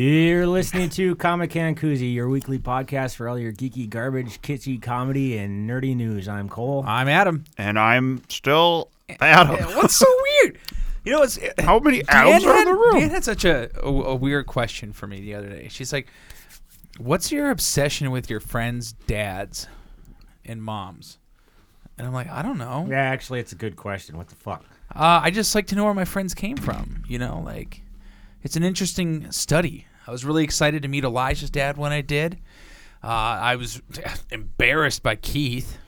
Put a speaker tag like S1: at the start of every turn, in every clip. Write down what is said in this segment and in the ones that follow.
S1: You're listening to Comic Can Koozie, your weekly podcast for all your geeky garbage, kitschy comedy, and nerdy news. I'm Cole.
S2: I'm Adam.
S3: and I'm still Adam.
S2: What's so weird? You know, it's uh,
S3: How many Adams
S2: Dan
S3: are in
S2: had-
S3: the room?
S2: Dan had such a, a, a weird question for me the other day. She's like, "What's your obsession with your friends' dads and moms?" And I'm like, "I don't know.
S1: Yeah, actually, it's a good question. What the fuck?
S2: Uh, I just like to know where my friends came from. You know, like it's an interesting study. I was really excited to meet Elijah's dad when I did. Uh, I was embarrassed by Keith,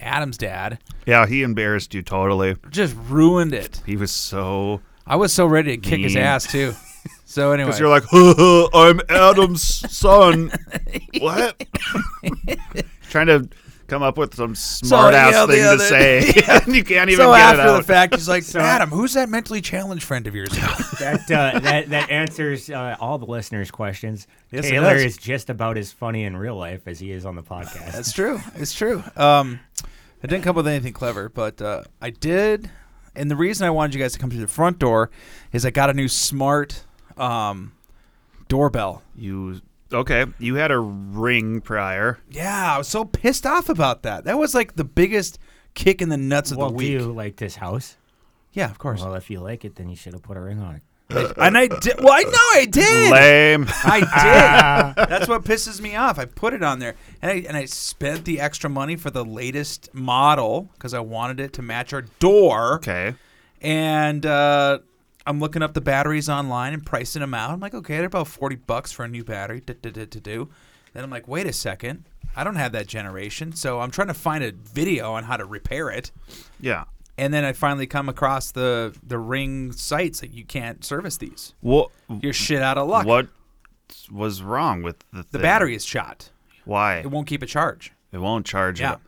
S2: Adam's dad.
S3: Yeah, he embarrassed you totally.
S2: Just ruined it.
S3: He was so
S2: I was so ready to kick his
S3: Mean.
S2: ass too. So anyway,
S3: because you're like, "Huh, huh, I'm Adam's son. what? Trying to come up with some smart ass
S2: yeah, the
S3: thing
S2: other-
S3: to say, and you can't even
S2: so
S3: get
S2: after
S3: it out.
S2: the fact, he's like, Adam, who's that mentally challenged friend of yours?
S1: That uh, that that answers uh, all the listeners' questions.
S2: Yes, it
S1: Taylor
S2: does.
S1: is just about as funny in real life as he is on the podcast.
S2: That's true. It's true. Um, I didn't come up with anything clever, but uh, I did. And the reason I wanted you guys to come to the front door is I got a new smart um, doorbell.
S3: you okay? You had a ring prior.
S2: Yeah, I was so pissed off about that. That was like the biggest kick in the nuts of
S1: well, do
S2: the week.
S1: you like this house?
S2: Yeah, of course.
S1: Well, if you like it, then you should have put a ring on it.
S2: and I did. Well, I know I did.
S3: Lame.
S2: I did. That's what pisses me off. I put it on there, and I and I spent the extra money for the latest model because I wanted it to match our door.
S3: okay.
S2: And uh, I'm looking up the batteries online and pricing them out. I'm like, okay, they're about forty bucks for a new battery. To do. Then I'm like, wait a second, I don't have that generation, so I'm trying to find a video on how to repair it.
S3: Yeah.
S2: And then I finally come across the the ring sites that you can't service these.
S3: What?
S2: You're shit out of luck.
S3: What was wrong with the
S2: The battery is shot.
S3: Why
S2: It won't keep a charge.
S3: it won't charge
S2: Yeah.
S3: it?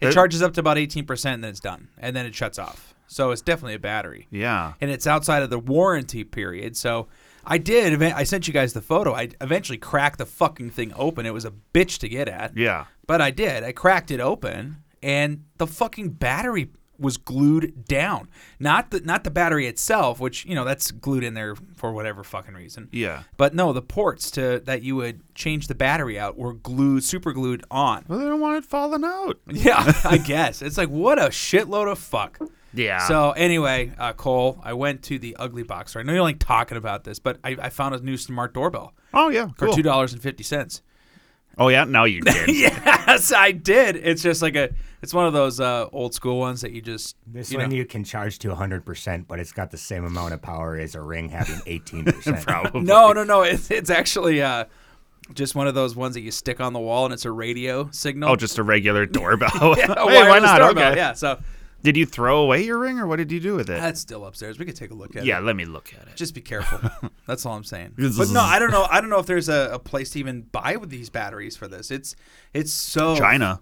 S2: It
S3: It-
S2: charges up to about 18% and then it's done. And then it shuts off. So it's definitely a battery.
S3: Yeah.
S2: And it's outside of the warranty period. So I did. eve- I sent you guys the photo. I eventually cracked the fucking thing open. It was a bitch to get at.
S3: Yeah.
S2: But I did. I cracked it open and the fucking battery was glued down. Not the not the battery itself, which, you know, that's glued in there for whatever fucking reason.
S3: Yeah.
S2: But no, the ports to that you would change the battery out were glued super glued on.
S3: Well, they don't want it falling out.
S2: Yeah, I guess. It's like, what a shitload of fuck.
S3: Yeah.
S2: So, anyway, uh, Cole, I went to the Ugly Box store. I know you don't like talking about this, but I, I found a new smart doorbell
S3: Oh yeah,
S2: for
S3: cool.
S2: $2.50.
S3: Oh yeah, now you did.
S2: Yes, I did. It's just like a, it's one of those uh, old school ones that you just,
S1: This
S2: you
S1: one
S2: know.
S1: you can charge to 100%, but it's got the same amount of power as a ring having 18%.
S3: Probably.
S2: No, no, no. It's, it's actually uh, just one of those ones that you stick on the wall and it's a radio signal.
S3: Oh, just a regular doorbell.
S2: Yeah, a
S3: hey, why
S2: wireless
S3: not?
S2: doorbell.
S3: Okay.
S2: Yeah, so
S3: Did you throw away your ring, or what did you do with it?
S2: that's still upstairs. We could take a look at it.
S3: yeah, let me look at it.
S2: just be careful. That's all I'm saying. But no, I don't know. I don't know if there's a, a place to even buy with these batteries for this. It's it's so
S3: China.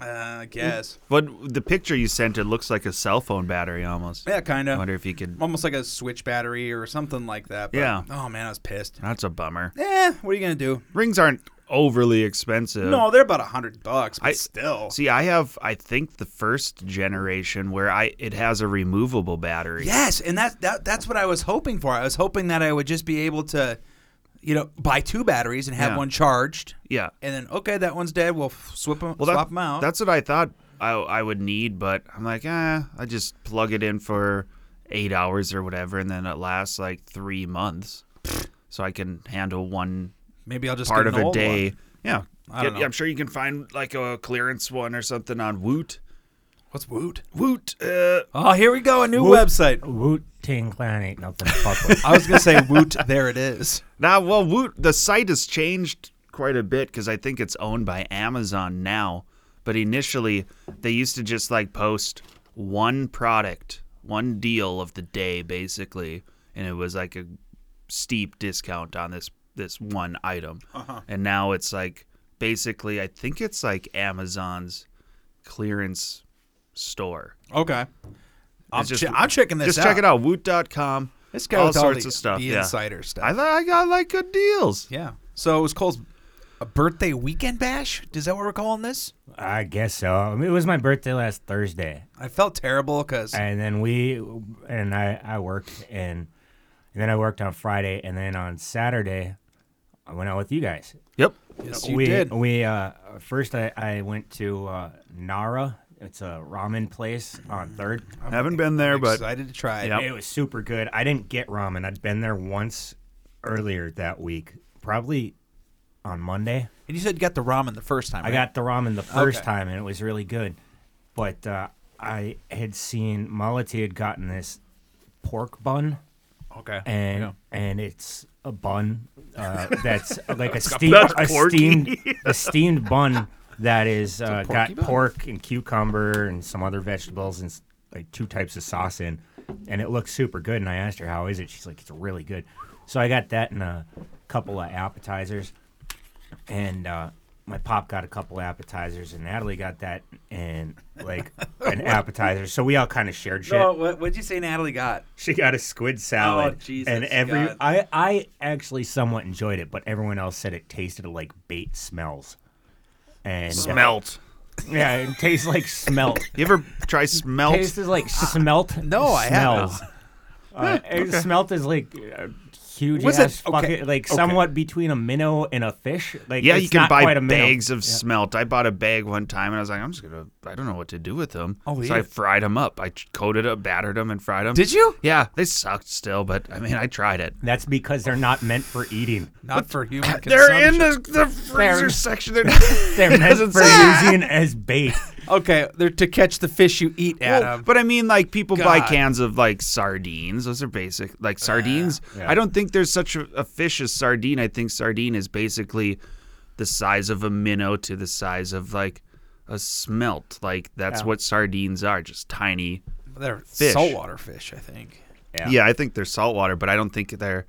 S2: Uh, I guess.
S3: But the picture you sent, it looks like a cell phone battery almost.
S2: Yeah, kind
S3: I
S2: of.
S3: wonder if you could.
S2: Almost like a switch battery or something like that. But,
S3: Yeah.
S2: Oh man, I was pissed.
S3: That's a bummer.
S2: Eh, what are you gonna do?
S3: Rings aren't overly expensive.
S2: No, they're about a hundred bucks, but
S3: I-
S2: still.
S3: See, I have, I think, the first generation where I it has a removable battery.
S2: Yes, and that, that that's what I was hoping for. I was hoping that I would just be able to, you know, buy two batteries and have
S3: Yeah.
S2: one charged,
S3: Yeah.
S2: and then okay, that one's dead. We'll f- swap them,
S3: that-
S2: swap them out.
S3: That's what I thought I, I would need, but I'm like, eh, I just plug it in for eight hours or whatever, and then it lasts like three months, so I can handle one
S2: Maybe I'll just
S3: part
S2: get
S3: of
S2: an
S3: a
S2: old
S3: day.
S2: one.
S3: Yeah,
S2: I don't know.
S3: I'm sure you can find like a clearance one or something on Woot.
S2: What's Woot?
S3: Woot. Uh,
S2: Oh, here we go, a new
S1: Woot.
S2: website.
S1: Woot Ting Clan ain't nothing to fuck with.
S2: I was gonna say Woot. There it is.
S3: now, well, Woot. The site has changed quite a bit because I think it's owned by Amazon now. But initially, they used to just like post one product, one deal of the day, basically, and it was like a steep discount on this this one item.
S2: Uh-huh.
S3: And now it's like basically, I think it's like Amazon's clearance store.
S2: Okay. I'm,
S3: It's just-
S2: che- I'm checking this
S3: Just
S2: out.
S3: check it out, woot.com.
S2: This guy
S3: all
S2: with all
S3: sorts
S2: the-
S3: of stuff.
S2: the
S3: yeah.
S2: insider stuff.
S3: I thought I got like good deals.
S2: Yeah. So it was Cole's a birthday weekend bash. Is that what we're calling this?
S1: I guess so. I mean, it was my birthday last Thursday,
S2: I felt terrible because
S1: and then we and I I worked and, and then I worked on Friday, and then on Saturday I went out with you guys.
S3: Yep.
S2: Yes, you
S1: we
S2: did.
S1: we uh, first I, I went to uh, Nara. It's a ramen place on Third.
S3: Haven't been there, but
S2: Excited to try it.
S3: Yep.
S1: It was super good. I didn't get ramen. I'd been there once earlier that week, probably on Monday.
S2: And you said you got the ramen the first time.
S1: I
S2: right?
S1: got the ramen the first
S2: Okay.
S1: time and it was really good. But uh, I had seen Malati had gotten this pork bun
S2: okay.
S1: and
S2: Yeah.
S1: and it's a bun uh, that's like a,
S2: got
S1: steam,
S3: pork.
S1: a
S3: That's porky.
S1: steamed a steamed bun that is uh, got
S2: porky bun.
S1: pork and cucumber and some other vegetables and s- like two types of sauce in, and it looks super good. And I asked her how is it. She's like, it's really good. So I got that and a couple of appetizers, and uh, my pop got a couple appetizers, and Natalie got that and like an appetizer. So we all kind of shared shit.
S2: Oh, what what'd you say Natalie got?
S1: She got a squid salad.
S2: Oh, Jesus,
S1: and every
S2: God.
S1: I I actually somewhat enjoyed it, but everyone else said it tasted like bait smells. And
S3: smelt.
S1: yeah, it tastes like smelt.
S3: You ever try smelt?
S1: tastes like smelt.
S2: no, I haven't.
S1: smells. Uh, and Smelt is like a huge
S2: What's
S1: ass
S2: it- okay,
S1: bucket, like
S2: okay.
S1: somewhat between a minnow and a fish. Like
S3: Yeah,
S1: it's
S3: you can
S1: not
S3: buy
S1: quite a minnow.
S3: bags of smelt. I bought a bag one time and I was like, I'm just gonna, I don't know what to do with them.
S2: Oh,
S3: so
S2: yeah.
S3: I fried them up. I ch- coated them, battered them, and fried them.
S2: Did you?
S3: Yeah, they sucked still, but I mean, I tried it.
S1: That's because they're not meant for eating.
S2: Not for human
S3: They're in
S2: consumption.
S3: the, the freezer
S1: They're-
S3: section. They're,
S1: They're meant
S3: Doesn't
S1: for
S3: say-
S1: using as bait.
S2: Okay, they're to catch the fish you eat,
S3: Well,
S2: Adam.
S3: but I mean, like people buy
S2: God.
S3: cans of like sardines. Those are basic, like sardines. I don't think there's such a, a fish as sardine. I think sardine is basically the size of a minnow to the size of like a smelt. Like that's what sardines are, just tiny.
S2: they're
S3: fish.
S2: saltwater fish, I think.
S1: Yeah.
S3: yeah I think they're saltwater, but I don't think they're.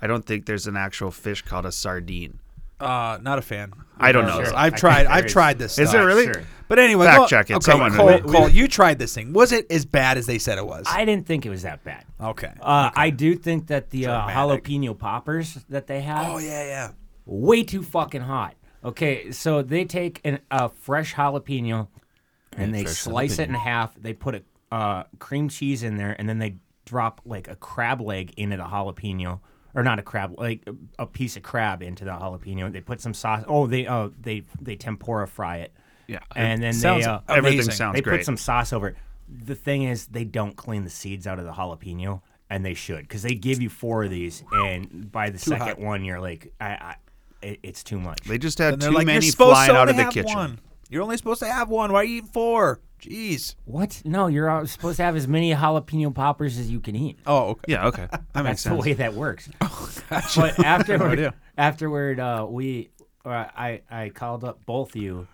S3: I don't think there's an actual fish called a sardine.
S2: Uh, not a fan.
S3: I don't know.
S1: Sure.
S2: I've
S1: I
S2: tried.
S1: think there
S2: I've
S1: is.
S2: tried this.
S3: Is
S2: stuff.
S3: there really?
S1: sure.
S2: But anyway,
S3: Fact
S2: go-
S3: check it.
S2: Okay,
S3: Someone-
S2: Cole,
S3: we-
S2: Cole, you tried this thing. Was it as bad as they said it was?
S1: I didn't think it was that bad.
S2: okay.
S1: Uh, I do think that the uh,
S2: Dramatic.
S1: jalapeno poppers that they have
S2: oh yeah, yeah.
S1: way too fucking hot. Okay, so they take an, a fresh jalapeno and they slice it in half. They put a uh, cream cheese in there, and then they drop like a crab leg into the jalapeno, or not a crab, like a- a piece of crab into the jalapeno. They put some sauce. Oh, they oh they they tempura fry it.
S3: Yeah,
S1: and then they
S2: sounds
S1: uh,
S2: amazing.
S3: Everything sounds
S1: they
S3: great.
S1: put some sauce over it. The thing is, they don't clean the seeds out of the jalapeno, and they should, because they give you four of these, and by the second
S2: hot.
S1: one, you're like, I, I it, it's too much.
S3: they just had
S2: And
S3: too
S2: they're like, you're
S3: many
S2: supposed
S3: flying
S2: to
S3: out
S2: only
S3: of the
S2: have
S3: kitchen.
S2: one. You're only supposed to have one. Why are you eating four? Jeez.
S1: What? No, you're all- supposed to have as many jalapeno poppers as you can eat.
S2: Oh, okay.
S3: Yeah, okay, that
S1: That's
S3: makes
S1: the
S3: sense. Oh,
S1: way that works. But afterward,
S2: idea.
S1: afterward, uh, we, or I, I called up both you,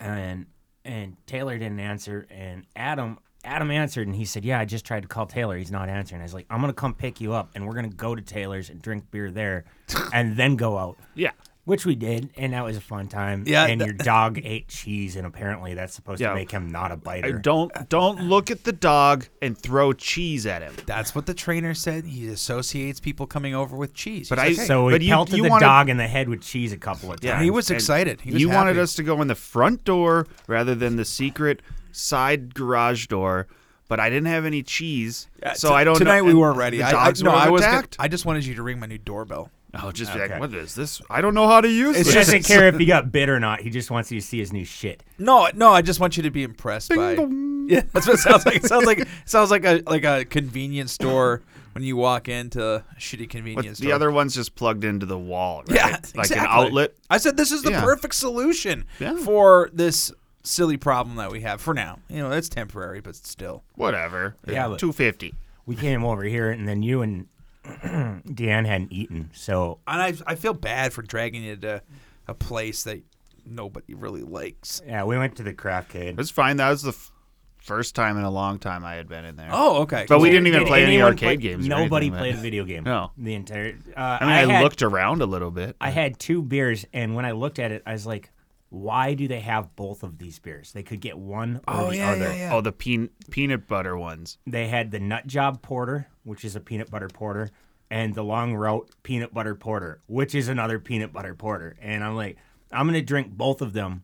S1: and and Taylor didn't answer, and Adam, Adam answered, and he said, "Yeah, I just tried to call Taylor. He's not answering." I was like, "I'm gonna come pick you up, and we're gonna go to Taylor's and drink beer there, and then go out."
S3: Yeah,
S1: Which we did, and that was a fun time.
S2: Yeah,
S1: and
S2: th-
S1: your dog ate cheese, and apparently that's supposed
S3: Yeah.
S1: to make him not a
S3: I
S1: biter.
S3: don't don't look at the dog and throw cheese at him.
S2: That's what the trainer said. He associates people coming over with cheese.
S3: But
S2: He's
S3: I-
S2: like, "Hey."
S1: So
S3: But
S1: he
S3: you-
S1: pelted
S3: you
S1: the
S3: wanted-
S1: dog in the head with cheese a couple of times.
S2: he was
S3: And
S2: excited. He was
S3: you wanted
S2: happy.
S3: us to go in the front door rather than the secret side garage door, but I didn't have any cheese, so
S2: T-
S3: I don't.
S2: Tonight
S3: know.
S2: we
S3: and
S2: weren't ready.
S3: The
S2: I-
S3: dogs
S2: I, no,
S3: were
S2: I was. gonna-
S3: attacked.
S2: I just wanted you to ring my new doorbell.
S3: oh, just be
S1: Okay.
S3: like, what is this? I don't know how to use
S1: He
S3: this.
S1: doesn't care if he got bit or not. He just wants you to see his new shit.
S2: No, no, I just want you to be impressed by. Yeah, that's what it sounds like. It sounds like it sounds like a like a convenience store when you walk into a shitty
S3: But
S2: convenience store.
S3: the other one's just plugged into the wall, right?
S2: yeah,
S3: like
S2: exactly.
S3: an outlet.
S2: I said this is the
S3: Yeah.
S2: perfect solution
S3: Yeah.
S2: for this silly problem that we have for now. You know, it's temporary, but still.
S3: Whatever.
S1: Yeah, but-
S3: two fifty.
S1: We came over here, and then you and Deanne hadn't eaten. So
S2: And I I feel bad for dragging you to a place that nobody really likes.
S1: yeah, we went to the craft kid.
S3: It's fine. That was the f- first time in a long time I had been in there.
S2: Oh, okay.
S3: But we
S2: cool.
S3: didn't even
S1: Did
S3: play any
S1: anyone
S3: arcade
S1: play-
S3: games or
S1: Nobody
S3: anything, but-
S1: played a video game.
S3: No.
S1: the entire. Uh,
S3: I mean, I,
S1: had,
S3: looked around a little bit.
S1: I had two beers, and when I looked at it, I was like, "Why do they have both of these beers? They could get one or
S2: Oh
S1: the
S2: yeah,
S1: other."
S2: yeah, yeah.
S3: Oh, the peanut peanut butter ones.
S1: They had the Nut Job Porter, which is a peanut butter porter, and the Long Route Peanut Butter Porter, which is another peanut butter porter. And I'm like, I'm gonna drink both of them,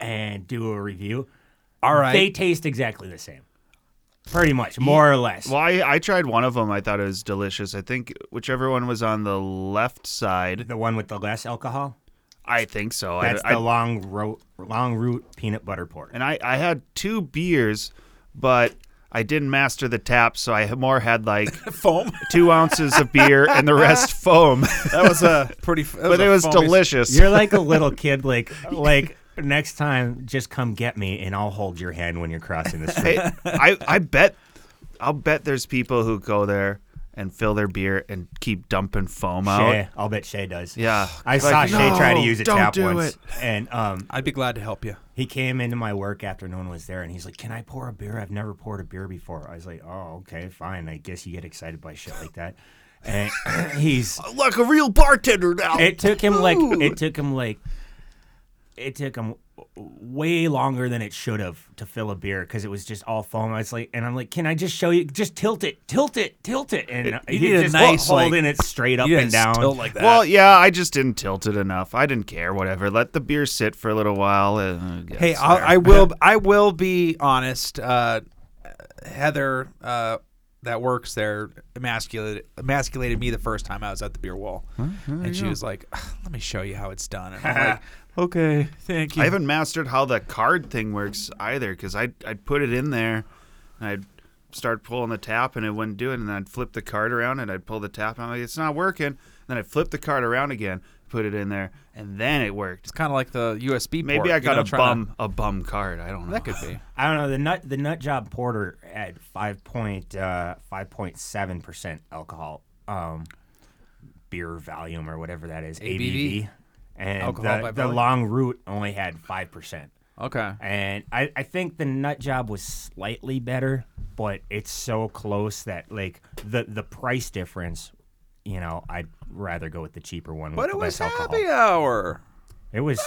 S1: and do a review.
S2: All right.
S1: They taste exactly the same. Pretty much, more or less.
S3: Well, I, I tried one of them. I thought it was delicious. I think whichever one was on the left side.
S1: the one with the less alcohol.
S3: I think so. I-
S1: That's
S3: I,
S1: the long root, long root peanut butter pork.
S3: and I, I had two beers, but I didn't master the tap, so I more had like
S2: Foam.
S3: two ounces of beer and the rest foam.
S2: That was a pretty. f- that
S3: but
S2: a
S3: it was
S2: foamy-
S3: delicious.
S1: You're like a little kid. Like like next time, just come get me, and I'll hold your hand when you're crossing the street.
S3: I, I I bet I'll bet there's people who go there and fill their beer and keep dumping foam out.
S1: Shay, I'll bet Shay does.
S3: Yeah.
S1: I
S3: Like,
S1: saw Shay try to
S3: "No,
S1: use a
S3: don't
S1: tap
S3: do
S1: once,
S3: it."
S1: and um,
S2: I'd be glad to help you.
S1: he came into my work after no one was there, and he's like, "Can I pour a beer? I've never poured a beer before." I was like, "Oh, okay, fine. I guess you get excited by shit like that." And he's
S3: Like a real bartender now.
S1: it took him like it took him like it took him way longer than it should have to fill a beer because it was just all foam. I was like, and I'm like, "Can I just show you? Just tilt it, tilt it, tilt it." And he
S2: need a
S1: just
S2: nice, like-
S1: holding it straight up
S2: You
S1: and
S2: didn't
S1: down.
S2: still like that.
S3: well, yeah, I just didn't tilt it enough. I didn't care, whatever. Let the beer sit for a little while. Uh, I
S2: Hey,
S3: guess.
S2: I'll, I will. I will be honest. Uh, Heather, uh, that works there, emasculated emasculated me the first time I was at the beer wall, and she was like, "Ugh, "Let me show you how it's done." And I'm like, "Okay, thank you."
S3: I haven't mastered how the card thing works either because I'd, I'd put it in there and I'd start pulling the tap and it wouldn't do it. And then I'd flip the card around and I'd pull the tap and I'm like, it's not working. And then I'd flip the card around again, put it in there, and then it worked.
S2: it's kind of like the USB.
S3: Maybe
S2: port,
S3: I
S2: you
S3: got
S2: know,
S3: a
S2: trying to-
S3: bum a bum card. I don't know.
S2: that could be.
S1: I don't know the nut the nut job porter at five point uh, five point seven percent alcohol um, beer volume or whatever that is ABV,
S2: ABV.
S1: and
S2: Alcohol
S1: the,
S2: by
S1: the
S2: volume.
S1: long root only had five percent
S2: Okay.
S1: and I, I think the nut job was slightly better but it's so close that like the the price difference you know I'd rather go with the cheaper one
S2: But
S1: with
S2: it
S1: the less
S2: was
S1: alcohol
S2: happy hour.
S1: it was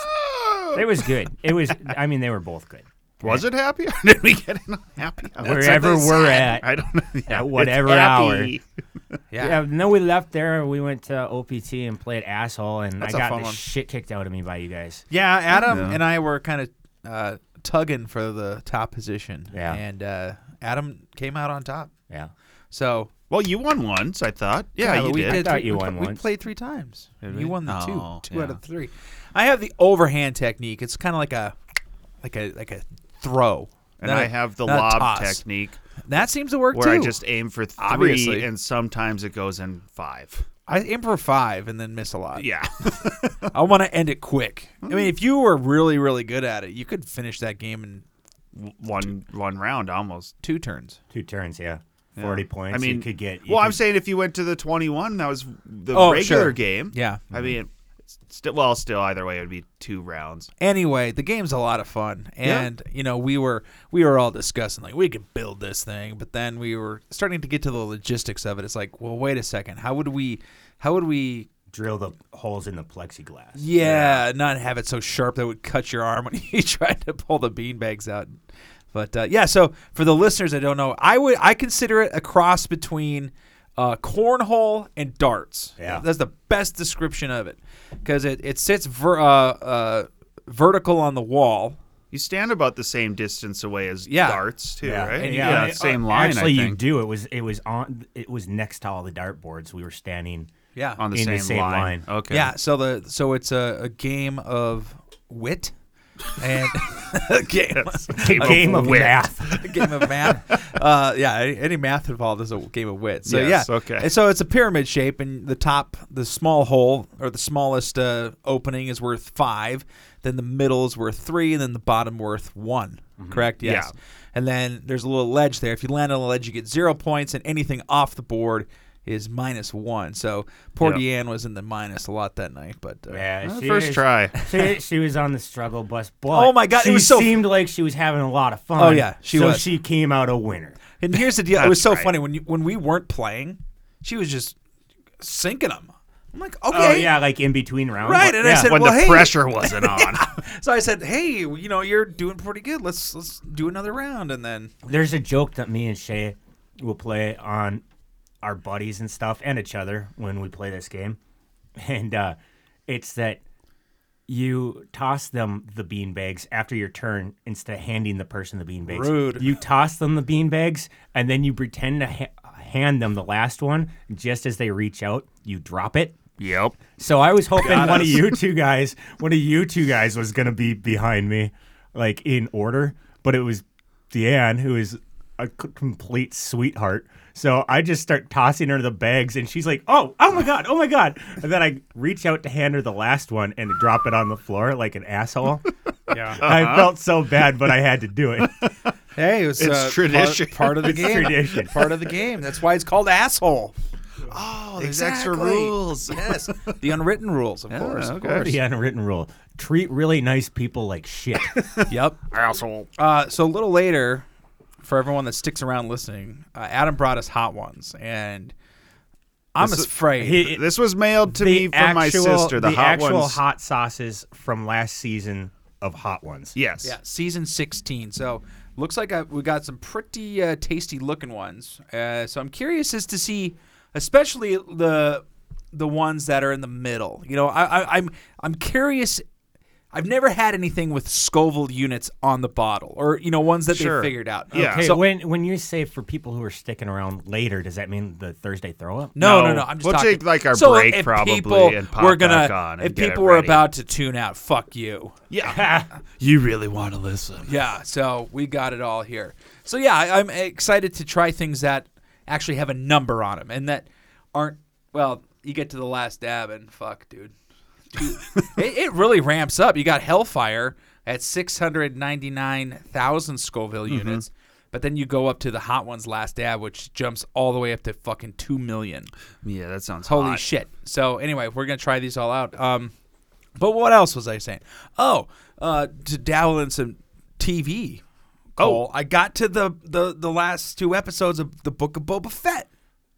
S1: it was good it was I mean they were both good
S3: Was it happy? Did we get in on happy? hour?
S1: wherever we're at
S3: I don't know. Yeah, it's
S1: whatever
S3: happy.
S2: Yeah.
S1: Yeah, and then we left there. We went to OPT and played asshole, and
S2: That's a
S1: I got
S2: fun
S1: the
S2: one.
S1: shit kicked out of me by you guys.
S2: Yeah, Adam
S3: Yeah.
S2: and I were kind of uh, tugging for the top position.
S1: Yeah.
S2: And uh, Adam came out on top.
S1: Yeah,
S2: So
S3: Well, you won once, I thought. Yeah,
S2: but
S3: you
S2: we
S3: did.
S1: I thought
S2: we-
S1: you
S2: we-
S1: won
S2: We
S1: once.
S2: played three times.
S3: we?
S2: You won the
S3: Oh,
S2: two, two out
S3: yeah.
S2: of three. I have the overhand technique. It's kind of like a, like a like a throw.
S3: And
S2: Not
S3: I
S2: a-
S3: have the
S2: not a
S3: lob
S2: toss.
S3: technique
S2: That seems to work
S3: where I
S2: too.
S3: just aim for three,
S2: Obviously.
S3: and sometimes it goes in five.
S2: I aim for five and then miss a lot.
S3: Yeah. Hmm.
S2: I want to end it quick. I mean, if you were really really good at it, you could finish that game in
S3: one one round almost.
S2: two turns.
S1: two turns. Yeah, forty points.
S3: I mean,
S1: you could get. you
S3: well, I'm
S1: could-
S3: saying if you went to the 21, that was the
S2: Oh,
S3: regular
S2: sure.
S3: game.
S2: Yeah.
S3: I mean, still, well, still either way, it would be two rounds.
S2: anyway, the game's a lot of fun, and you know we were we were all discussing like we could build this thing, but then we were starting to get to the logistics of it. It's like, well, wait a second, how would we, how would we,
S1: drill the holes in the plexiglass.
S2: yeah, not have it so sharp that it would cut your arm when you tried to pull the beanbags out. But uh, yeah, so for the listeners that don't know, I would I consider it a cross between uh, cornhole and darts.
S1: Yeah.
S2: that's the best description of it because it it sits ver- uh, uh, vertical on the wall.
S3: You stand about the same distance away as
S2: Yeah.
S3: darts, too,
S1: Yeah,
S3: right?
S1: and
S3: yeah,
S1: and it-
S3: same
S1: uh,
S3: line,
S1: Actually,
S3: I
S1: you
S3: think,
S1: do. It was it was on it was next to all the dartboards. We were standing.
S2: Yeah,
S3: on the,
S1: in
S3: same,
S1: the same
S3: line.
S1: line.
S3: Okay.
S2: Yeah, so the so it's a, a game of wit and a game,
S3: Game
S1: A game of
S3: wit.
S1: math.
S2: a game of math. Uh, yeah, any, any math involved is a game of wit. So
S3: Yes,
S2: yeah,
S3: okay.
S2: And so it's a pyramid shape, and the top, the small hole or the smallest uh, opening is worth five. Then the middle is worth three, and then the bottom worth one. Correct? Yes.
S3: Mm-hmm. Yeah.
S2: And then there's a little ledge there. If you land on a ledge, you get zero points, and anything off the board is minus one. So poor
S3: Yep.
S2: Deanne was in the minus a lot that night, but uh,
S1: Yeah,
S3: Uh,
S1: she
S3: first
S1: is-
S3: try.
S1: She, she was on the struggle bus. But
S2: Oh my God, it
S1: she
S2: was so-
S1: seemed like she was having a lot of fun.
S2: Oh, yeah, she
S1: so
S2: was.
S1: she came out a winner.
S2: And here's the deal. it was so
S3: right.
S2: funny when you, when we weren't playing, she was just sinking them. I'm like, okay,
S1: Oh yeah, like in between rounds.
S2: right. And I
S1: Yeah.
S2: said,
S3: When
S2: well,
S3: the
S2: hey.
S3: pressure wasn't on.
S2: So I said, hey, you know, you're doing pretty good. Let's let's do another round. And then
S1: There's a joke that me and Shay will play on our buddies and stuff and each other when we play this game. And uh, it's that you toss them the bean bags after your turn instead of handing the person the bean bags.
S2: Rude.
S1: You toss them the bean bags and then you pretend to ha- hand them the last one just as they reach out. You drop it.
S3: Yep.
S1: So I was hoping
S3: Got
S1: one
S3: us.
S1: of you two guys, one of you two guys was gonna be behind me, like in order, but it was Deanne who is a c- complete sweetheart. So I just start tossing her the bags, and she's like, "Oh, oh my god, oh my god!" And then I reach out to hand her the last one and drop it on the floor like an asshole.
S2: Yeah.
S1: I felt so bad, but I had to do it.
S2: Hey, it was,
S3: It's
S2: uh, part-
S3: tradition.
S2: Part, of the game.
S1: tradition.
S2: Part of the game. That's why it's called asshole.
S3: Oh, there's extra
S2: Exactly.
S3: rules.
S2: Yes, the unwritten rules, of course. of
S3: okay.
S2: course.
S1: The unwritten rule: treat really nice people like shit.
S2: Yep.
S3: Asshole.
S2: Uh, so a little later, for everyone that sticks around listening, uh, Adam brought us hot ones, and I'm
S3: This is-
S2: afraid.
S1: He-
S3: This was mailed to me from my sister. The, hot
S1: actual
S3: ones.
S1: hot sauces from last season of hot ones.
S3: yes.
S2: yeah, season 16. So looks like I, we got some pretty uh, tasty looking ones. Uh, so I'm curious as to see, especially the the ones that are in the middle. You know, I, I, I'm I'm curious. I've never had anything with Scoville units on the bottle, or you know, ones that
S3: Sure.
S2: they figured out.
S3: Yeah.
S1: Okay,
S2: So,
S1: when when you say for people who are sticking around later, does that mean the Thursday throw up?
S2: No, no,
S3: No.
S2: no. I'm just
S3: We'll
S2: talking.
S3: take, like, our
S2: so
S3: break
S2: if
S3: probably
S2: people
S3: and pop
S2: were gonna,
S3: back on and
S2: if
S3: get it
S2: people were
S3: ready.
S2: about to tune out, fuck you.
S3: Yeah. you really want to listen.
S2: Yeah. So we got it all here. So yeah, I, I'm excited to try things that actually have a number on them and that aren't. Well, you get to the last dab and fuck, dude. Dude, it, it really ramps up. You got Hellfire at 699,000 Scoville units, but then you go up to the Hot Ones Last Dab, which jumps all the way up to fucking 2 million.
S3: Yeah, that sounds
S2: Holy
S3: hot.
S2: shit! So anyway, we're gonna try these all out. Um, but what else was I saying? Oh, uh, to dabble in some TV.
S1: Oh.
S2: Cole, I got to the, the the last two episodes of the Book of Boba Fett.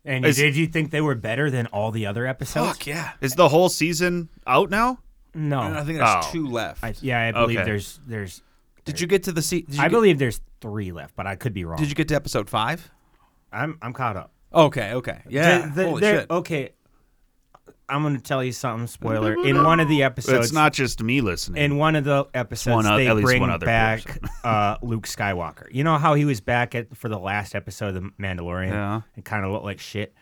S1: And you,
S3: Is-
S1: did you think they were better than all the other episodes?
S2: Fuck yeah!
S3: Is the whole season out now?
S1: No.
S2: And I think there's
S3: Oh.
S2: two left.
S1: I, yeah, I believe
S3: Okay.
S1: there's there's
S2: did you get to the seat? Did you
S1: I
S2: get,
S1: believe there's three left, but I could be wrong.
S2: Did you get to episode five?
S1: I'm I'm caught up.
S2: Okay, okay,
S1: The-
S2: yeah.
S1: oh, the-
S2: Holy
S1: there-
S2: shit!
S1: Okay. I'm gonna tell you something. Spoiler. In one of the episodes,
S3: it's not just me listening.
S1: in one of the episodes
S3: One o-
S1: they
S3: at least
S1: bring
S3: one other
S1: back uh, Luke Skywalker. You know how he was back at for the last episode of The Mandalorian
S3: Yeah.
S1: and kind of looked like shit.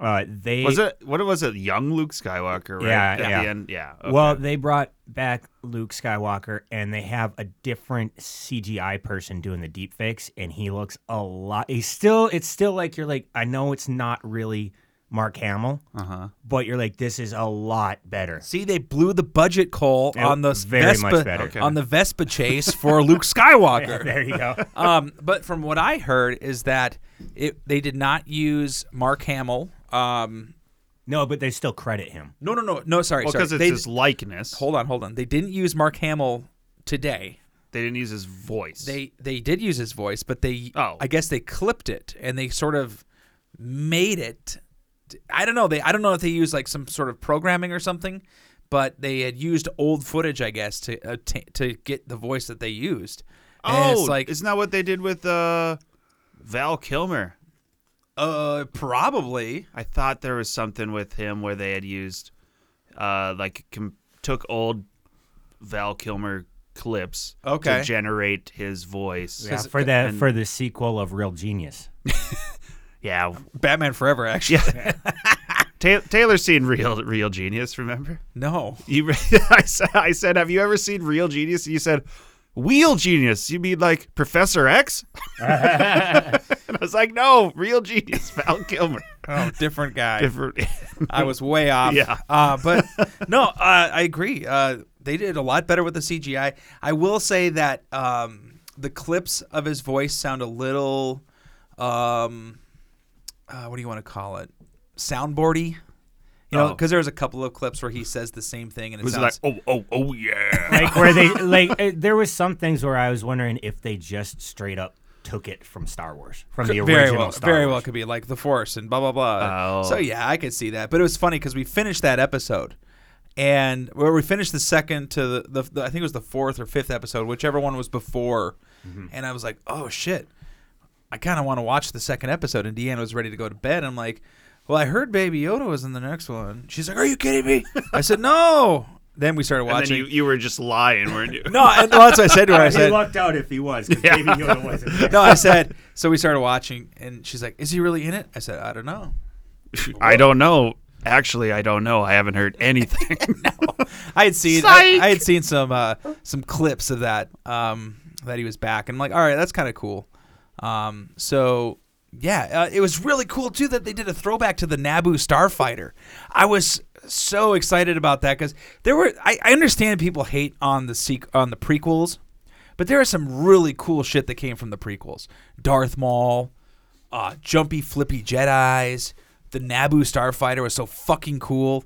S1: Uh, they
S3: was it what was it? Young Luke Skywalker, right?
S1: Yeah,
S3: At
S1: yeah.
S3: the end. Yeah. okay.
S1: Well, they brought back Luke Skywalker and they have a different CGI person doing the deepfakes and he looks a lot he's still it's still like you're like I know it's not really Mark Hamill, uh-huh. but you're like this is a lot better.
S2: See, they blew the budget, Cole,
S1: Yeah,
S2: on the
S1: very
S2: Vespa
S1: much better.
S3: Okay.
S2: on the Vespa chase for Luke Skywalker.
S1: There you go.
S2: um, but from what I heard is that it, they did not use Mark Hamill. Um,
S1: No, but they still credit him.
S2: no, no, no, no. Sorry,
S3: Well,
S2: sorry.
S3: because it's
S2: They-
S3: his likeness.
S2: hold on, hold on. They didn't use Mark Hamill today.
S3: They didn't use his voice.
S2: They they did use his voice, but they
S3: Oh.
S2: I guess they clipped it and they sort of made it. I don't know. They I don't know if they used like some sort of programming or something, but they had used old footage, I guess, to uh, to get the voice that they used. And
S3: oh,
S2: it's like
S3: isn't that what they did with uh, Val Kilmer?
S2: uh probably
S3: I thought there was something with him where they had used, uh, like com- took old Val Kilmer clips
S2: Okay.
S3: to generate his voice.
S1: Yeah, for the for the sequel of Real Genius.
S3: Yeah.
S2: Batman Forever actually.
S3: Ta- Taylor's seen Real Real Genius. Remember?
S2: No.
S3: You, re- I, said, I said, have you ever seen Real Genius? And you said, Wheel Genius. You mean like Professor X? and I was like, no, Real Genius, Val Kilmer.
S2: Oh, different guy.
S3: Different.
S2: I was way off.
S3: Yeah.
S2: Uh, but no, uh, I agree. Uh, they did a lot better with the CGI. I will say that um, the clips of his voice sound a little, um, uh, what do you want to call it? Soundboardy. You know,
S3: Oh.
S2: because there's a couple of clips where he says the same thing and it
S3: was
S2: sounds
S3: like, oh, oh, oh, yeah.
S1: like where they like uh, there was some things where I was wondering if they just straight up took it from Star Wars from the original
S2: very well,
S1: Star
S2: very
S1: Wars.
S2: well could be like the Force and blah blah blah.
S3: Oh.
S2: So yeah, I could see that. But it was funny because we finished that episode, and where we finished the second to the, the, the I think it was the fourth or fifth episode, whichever one was before, and I was like, oh shit, I kind of want to watch the second episode. And Deanna was ready to go to bed. I'm like, well, I heard Baby Yoda was in the next one. She's like, are you kidding me? I said, no. then we started
S3: And then
S2: watching.
S3: you, you were just lying, weren't you?
S2: no, and well, that's what I said to her. I said,
S1: lucked out if he was. 'cause Baby Yoda wasn't. there.
S2: no, I said. So we started watching, and she's like, "Is he really in it?" I said, "I don't know."
S3: I don't know. Actually, I don't know. I haven't heard anything.
S2: I had seen I,
S3: Psych!
S2: I had seen some uh, some clips of that um, that he was back, and I'm like, all right, that's kind of cool. Um, so yeah, uh, it was really cool too that they did a throwback to the Naboo starfighter. I was so excited about that because there were I, I understand people hate on the sequ- on the prequels, but there is some really cool shit that came from the prequels. Darth Maul, uh, jumpy flippy Jedi's. The Naboo starfighter was so fucking cool.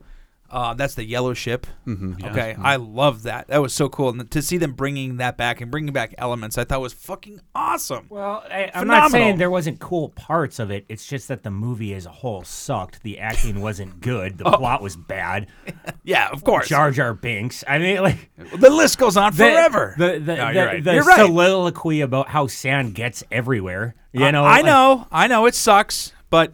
S2: Uh, that's the yellow ship. Okay, I love that. That was so cool, and to see them bringing that back and bringing back elements, I thought was fucking awesome.
S1: Well, I, I'm
S2: Phenomenal.
S1: not saying there wasn't cool parts of it. It's just that the movie as a whole sucked. The acting wasn't good.
S2: Oh.
S1: The plot was bad.
S2: Yeah, of course.
S1: Jar Jar Binks. I mean, like
S2: the list goes on
S1: the-
S2: forever.
S1: The the,
S2: No,
S1: the,
S2: you're right.
S1: the
S2: You're right.
S1: soliloquy about how sand gets everywhere. You know,
S2: I
S1: like-
S2: know, I know, it sucks, but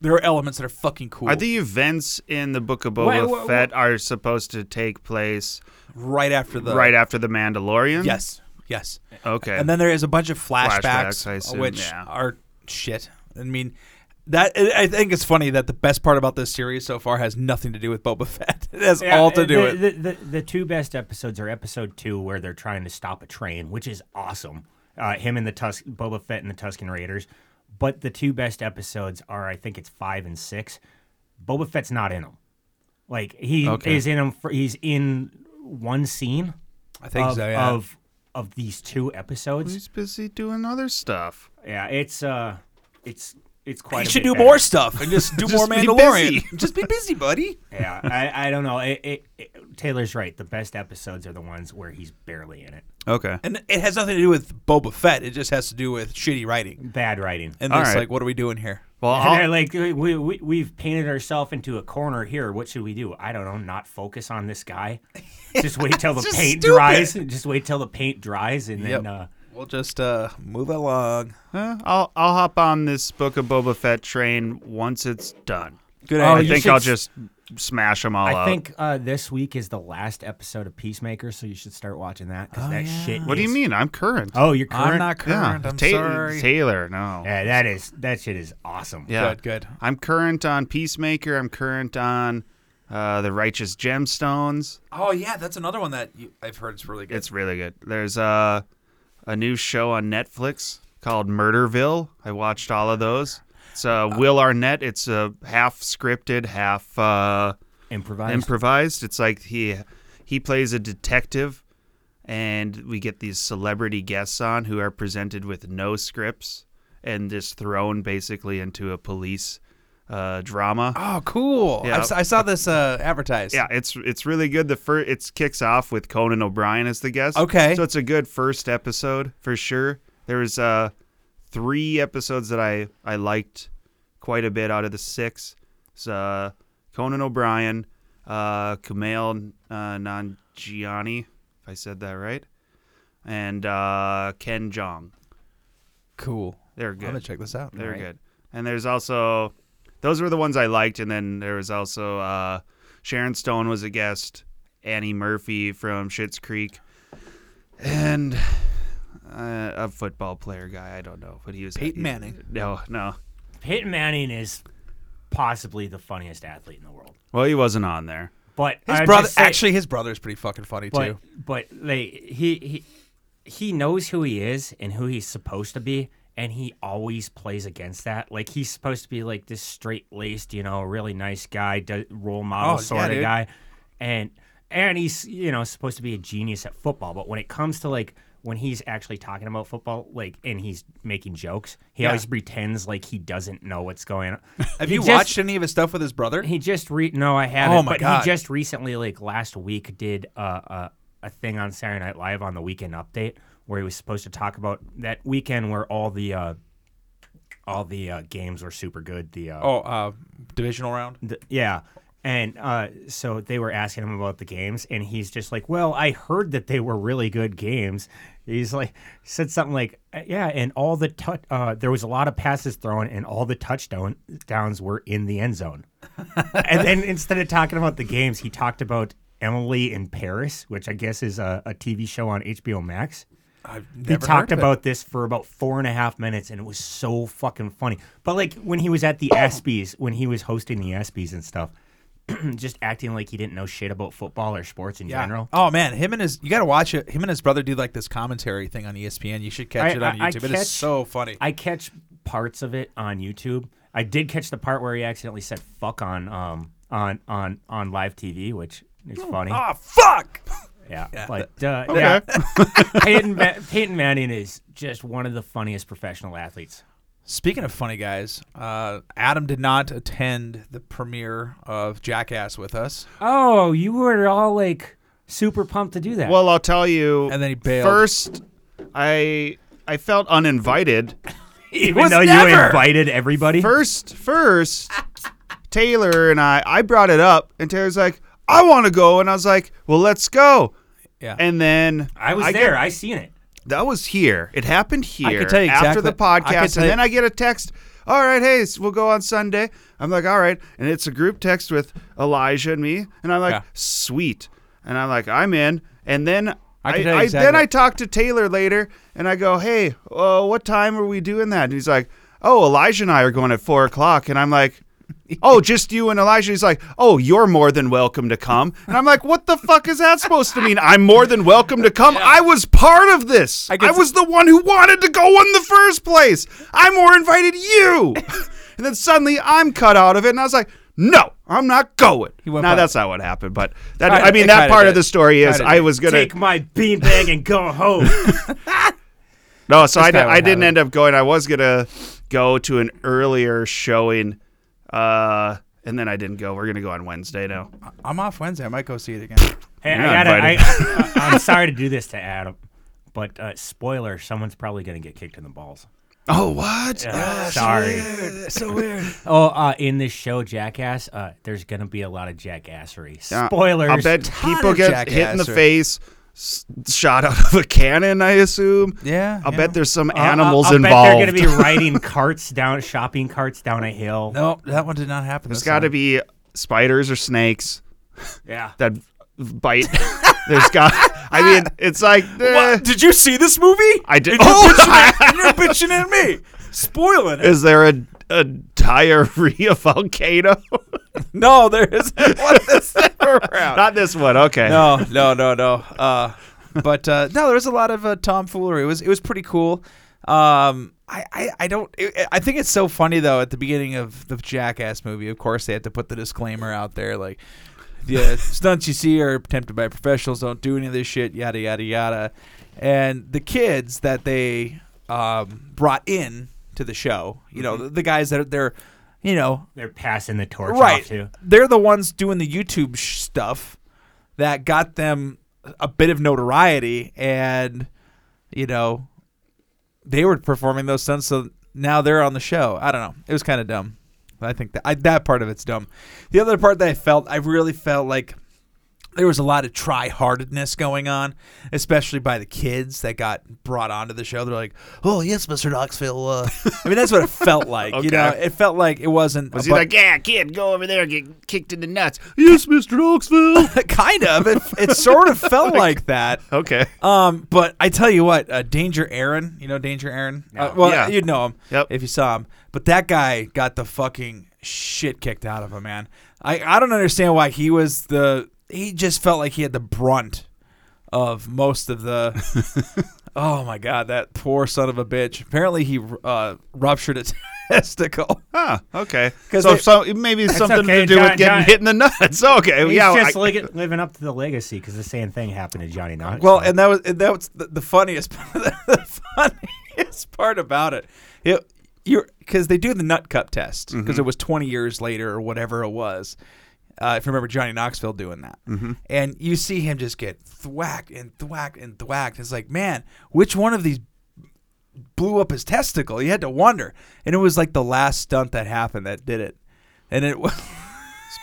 S2: there are elements that are fucking cool.
S3: Are the events in the Book of Boba
S1: Wait, wha- Uh, wha-
S3: Fett are supposed to take place
S2: right after the
S3: right after the Mandalorian?
S2: Yes, yes.
S3: Okay.
S2: And then there is a bunch of flashbacks,
S3: Flashbacks, I assume,
S2: which
S3: yeah.
S2: are shit. I mean, that I I think it's funny that the best part about this series so far has nothing to do with Boba Fett. It has all to do
S1: the,
S2: with
S1: The, the, the two best episodes are episode two, where they're trying to stop a train, which is awesome. Uh, him and the Tus- Boba Fett and the Tusken Raiders. But the two best episodes are, I think it's five and six. Boba Fett's not in them. Like he
S3: Okay.
S1: is in them. For, he's in one scene
S2: I think
S1: of,
S2: so. Yeah.
S1: of of these two episodes.
S3: he's busy doing other stuff.
S1: Yeah, it's uh, it's it's quite.
S2: you
S1: a
S2: should
S1: bit
S2: do
S1: better.
S2: more stuff and just do
S3: Just
S2: more
S3: be
S2: Mandalorian.
S3: busy.
S2: just be busy, buddy.
S1: Yeah, I, I don't know. It, it, it, Taylor's right. The best episodes are the ones where he's barely in it.
S3: Okay.
S2: And it has nothing to do with Boba Fett. It just has to do with shitty writing.
S1: Bad writing.
S2: And
S3: All
S2: it's
S3: right.
S2: like, what are we doing here?
S3: Well,
S1: And they're
S3: I'll,
S1: like, we, we, we've painted ourselves into a corner here. What should we do? I don't know. Not focus on this guy. Just wait till the
S2: Just
S1: paint
S2: stupid.
S1: dries. Just wait till the paint dries, and
S2: Yep.
S1: then uh,
S2: We'll just uh, move along.
S3: eh, I'll I'll hop on this Book of Boba Fett train once it's done.
S2: Good
S1: Oh,
S3: I
S1: you
S3: think
S1: should
S3: I'll
S1: s-
S3: just smash them all
S1: I
S3: out.
S1: think uh, this week is the last episode of Peacemaker, so you should start watching that because that shit.
S3: what do you
S1: is-
S3: mean? I'm current.
S1: Oh, you're current.
S2: I'm not current.
S3: yeah.
S2: I'm
S3: Ta-
S2: sorry.
S3: Taylor, no.
S1: Yeah, that is that shit is awesome.
S3: Yeah.
S2: Good, good.
S3: I'm current on Peacemaker. I'm current on uh, the Righteous Gemstones.
S2: Oh yeah, that's another one that you, I've heard is really good.
S3: It's really good. There's uh, a new show on Netflix called Murderville. I watched all of those. It's uh, Will Arnett. It's a uh, half scripted, half uh,
S1: Improvise.
S3: improvised. It's like he he plays a detective, and we get these celebrity guests on who are presented with no scripts and just thrown basically into a police uh, drama.
S2: oh, cool.
S3: Yeah.
S2: I, s- I saw this uh, advertised.
S3: Yeah, it's it's really good. The first it kicks off with Conan O'Brien as the guest.
S2: Okay.
S3: so it's a good first episode for sure. There was uh, three episodes that I I liked quite a bit out of the six. It's uh, Conan O'Brien, uh, Kumail uh, Nanjiani, if I said that right, and uh, Ken Jong.
S2: Cool.
S3: They're
S2: I'm gonna
S3: good.
S2: check this out.
S3: They're
S2: Alright.
S3: good. And there's also those were the ones I liked, and then there was also uh, Sharon Stone was a guest, Annie Murphy from Schitt's Creek, and uh, a football player guy. I don't know, but he was
S2: Peyton
S3: he-
S2: Manning.
S3: No, no.
S1: Peyton Manning is possibly the funniest athlete in the world.
S3: Well, he wasn't on there.
S1: But
S2: His
S1: I'm
S2: brother,
S1: just saying-
S2: actually, his brother is pretty fucking funny
S1: but
S2: too.
S1: but like he he he knows who he is and who he's supposed to be and he always plays against that like he's supposed to be like this straight laced you know really nice guy do, role model
S2: Oh,
S1: sort
S2: yeah,
S1: of
S2: dude.
S1: guy and and he's you know supposed to be a genius at football but when it comes to like when he's actually talking about football like and he's making jokes he
S2: Yeah.
S1: always pretends like he doesn't know what's going on
S2: Have
S1: He
S2: you
S1: just-
S2: watched any of his stuff with his brother?
S1: he just re no, I haven't.
S2: Oh, my
S1: but
S2: God.
S1: he just recently, like last week, did uh, a a thing on Saturday Night Live on the Weekend Update where he was supposed to talk about that weekend where all the uh, all the uh, games were super good. The uh,
S2: oh, uh, divisional round.
S1: th- yeah. And uh, so they were asking him about the games, and he's just like, "Well, I heard that they were really good games." He's like, said something like, "Uh, "Yeah," and all the tou uh, there was a lot of passes thrown, and all the touchdown downs were in the end zone. and then instead of talking about the games, he talked about Emily in Paris, which I guess is a, a TV show on HBO Max.
S2: I've
S1: He
S2: never
S1: talked
S2: heard of it.
S1: about this for about four and a half minutes, and it was so fucking funny. But like when he was at
S2: Oh.
S1: the ESPYS, when he was hosting the ESPYS and stuff, just acting like he didn't know shit about football or sports in
S2: Yeah.
S1: general.
S2: Oh man, him and his you got to watch it. Him and his brother do like this commentary thing on E ESPN. You should catch
S1: I-
S2: it on
S1: I- I
S2: YouTube. it
S1: catch-
S2: is so funny.
S1: I catch parts of it on YouTube. I did catch the part where he accidentally said "fuck" on um on on on live TV, which is funny.
S2: Ah, fuck.
S1: Yeah, but uh, yeah, Peyton, Ma- Peyton Manning is just one of the funniest professional athletes.
S2: Speaking of funny guys, uh, Adam did not attend the premiere of Jackass with us.
S1: Oh, you were all like super pumped to do that.
S3: Well, I'll tell you.
S2: And then he bailed.
S3: First, I I felt uninvited.
S1: even
S2: was
S1: though you
S2: never-
S1: invited everybody.
S3: First, first, Taylor and I I brought it up, and Taylor's like, "I want to go," and I was like, "Well, let's go."
S2: Yeah.
S3: And then
S1: I was
S3: get-
S1: there. I seen it.
S3: that was here. It happened here
S2: tell you
S3: after
S2: exactly-
S3: the
S2: I could
S3: podcast,
S2: tell
S3: and
S2: you-
S3: then I get a text. All right, hey, s- we'll go on Sunday. I'm like, all right, and it's a group text with Elijah and me, and I'm like,
S2: Yeah.
S3: sweet, and I'm like, I'm in, and then. I,
S2: could tell you
S3: I- then
S2: exactly-
S3: I talk to Taylor later, and I go, "Hey, uh, what time are we doing that?" And he's like, "Oh, Elijah and I are going at four o'clock." And I'm like, "Oh, just you and Elijah." He's like, "Oh, you're more than welcome to come." And I'm like, "What the fuck is that supposed to mean? I'm more than welcome to come. I was part of this. I,
S2: guess-
S3: was the one who wanted to go in the first place. I more invited you." and then suddenly I'm cut out of it, and I was like, "No, I'm not going."
S2: went
S3: Now
S2: by-
S3: that's not what happened, but that
S2: Kinda-
S3: I mean
S2: it
S3: that
S2: kinda
S3: part of
S2: did.
S3: the story is
S2: Kinda
S3: I
S2: did.
S3: was gonna
S1: Take my beanbag and go home.
S3: No, so I,
S2: kinda
S3: di-
S2: what
S3: I didn't
S2: happened.
S3: end up going. I was gonna go to an earlier showing, uh, and then I didn't go. We're gonna go on Wednesday now.
S2: I'm off Wednesday. I might go see it again.
S1: hey, I
S3: You're not
S1: gotta, I,
S3: invited.
S1: I, am sorry to do this to Adam, but uh, spoiler: someone's probably gonna get kicked in the balls.
S3: Oh, what?
S1: sorry.
S2: so weird.
S1: Oh, uh, in this show, Jackass, uh, there's gonna be a lot of jackassery.
S3: Uh,
S1: Spoilers.
S3: I bet
S2: Ton
S3: people
S2: of
S3: get hit in the
S2: jackassery.
S3: face, s- shot out of a cannon. I assume.
S2: Yeah,
S3: I
S2: yeah.
S3: bet there's some
S1: Uh, uh,
S3: animals
S1: I'll
S3: involved.
S1: Bet they're gonna be riding carts down, shopping carts down a hill.
S2: No, that one did not happen.
S3: There's got to be spiders or snakes
S1: Yeah.
S3: that bite. there's got. I mean, it's like. eh,
S2: Did you see this movie?
S3: I
S2: and
S3: did.
S2: you're bitching at me, spoiling it.
S3: Is there a, a diarrhea volcano?
S2: No, there isn't. What is that?
S3: Not this one. Okay.
S2: no, no, no, no. Uh, but uh, no, there was a lot of uh, tomfoolery. It was it was pretty cool. Um, I, I, I don't. It, I think it's so funny though. At the beginning of the Jackass movie, of course, they had to put the disclaimer out there, like the stunts you see are attempted by professionals. Don't do any of this shit. Yada yada yada. And the kids that they um, brought in to the show, you know, the, the guys that are, they're, you know,
S1: They're passing the torch
S2: right.
S1: off to.
S2: They're the ones doing the YouTube sh- stuff that got them a bit of notoriety, and you know, they were performing those stunts. So now they're on the show. I don't know. It was kind of dumb. I think that I, that part of it's dumb. The other part that I felt, I really felt like there was a lot of try-hardedness going on, especially by the kids that got brought onto the show. They're like, "Oh yes, Mr. Knoxville." Uh. I mean, that's what it felt like. You know,
S3: Okay.
S2: it felt like it wasn't. a
S3: Was he
S2: bu-
S3: like, yeah, kid, go over there and get kicked in the nuts? Yes, Mr. Oxville.
S2: kind of. It, it sort of felt like that.
S3: okay.
S2: Um, but I tell you what, uh, Danger Aaron, you know Danger Aaron. Uh, well,
S3: Yeah.
S2: you'd know him
S3: Yep.
S2: if you saw him. But that guy got the fucking shit kicked out of him, man. I I don't understand why he was the. He just felt like he had the brunt of most of the. oh my god, that poor son of a bitch. Apparently, he uh, ruptured a testicle.
S3: Huh, okay.
S2: 'Cause
S3: So,
S2: they-
S3: so maybe it's something
S1: okay,
S3: to do
S1: John-
S3: with getting
S1: John-
S3: hit in the nuts. Okay.
S1: He's
S3: yeah.
S1: just
S3: I-
S1: like living up to the legacy because the same thing happened to Johnny Knoxville.
S2: Well, and that was and that was the, the funniest the funniest part about it. it you because they do the nut cup test because it was 20 years later or whatever it was. Uh, if you remember Johnny Knoxville doing that, and you see him just get thwacked and thwacked and thwacked, it's like, man, which one of these blew up his testicle? You had to wonder, and it was like the last stunt that happened that did it, and it was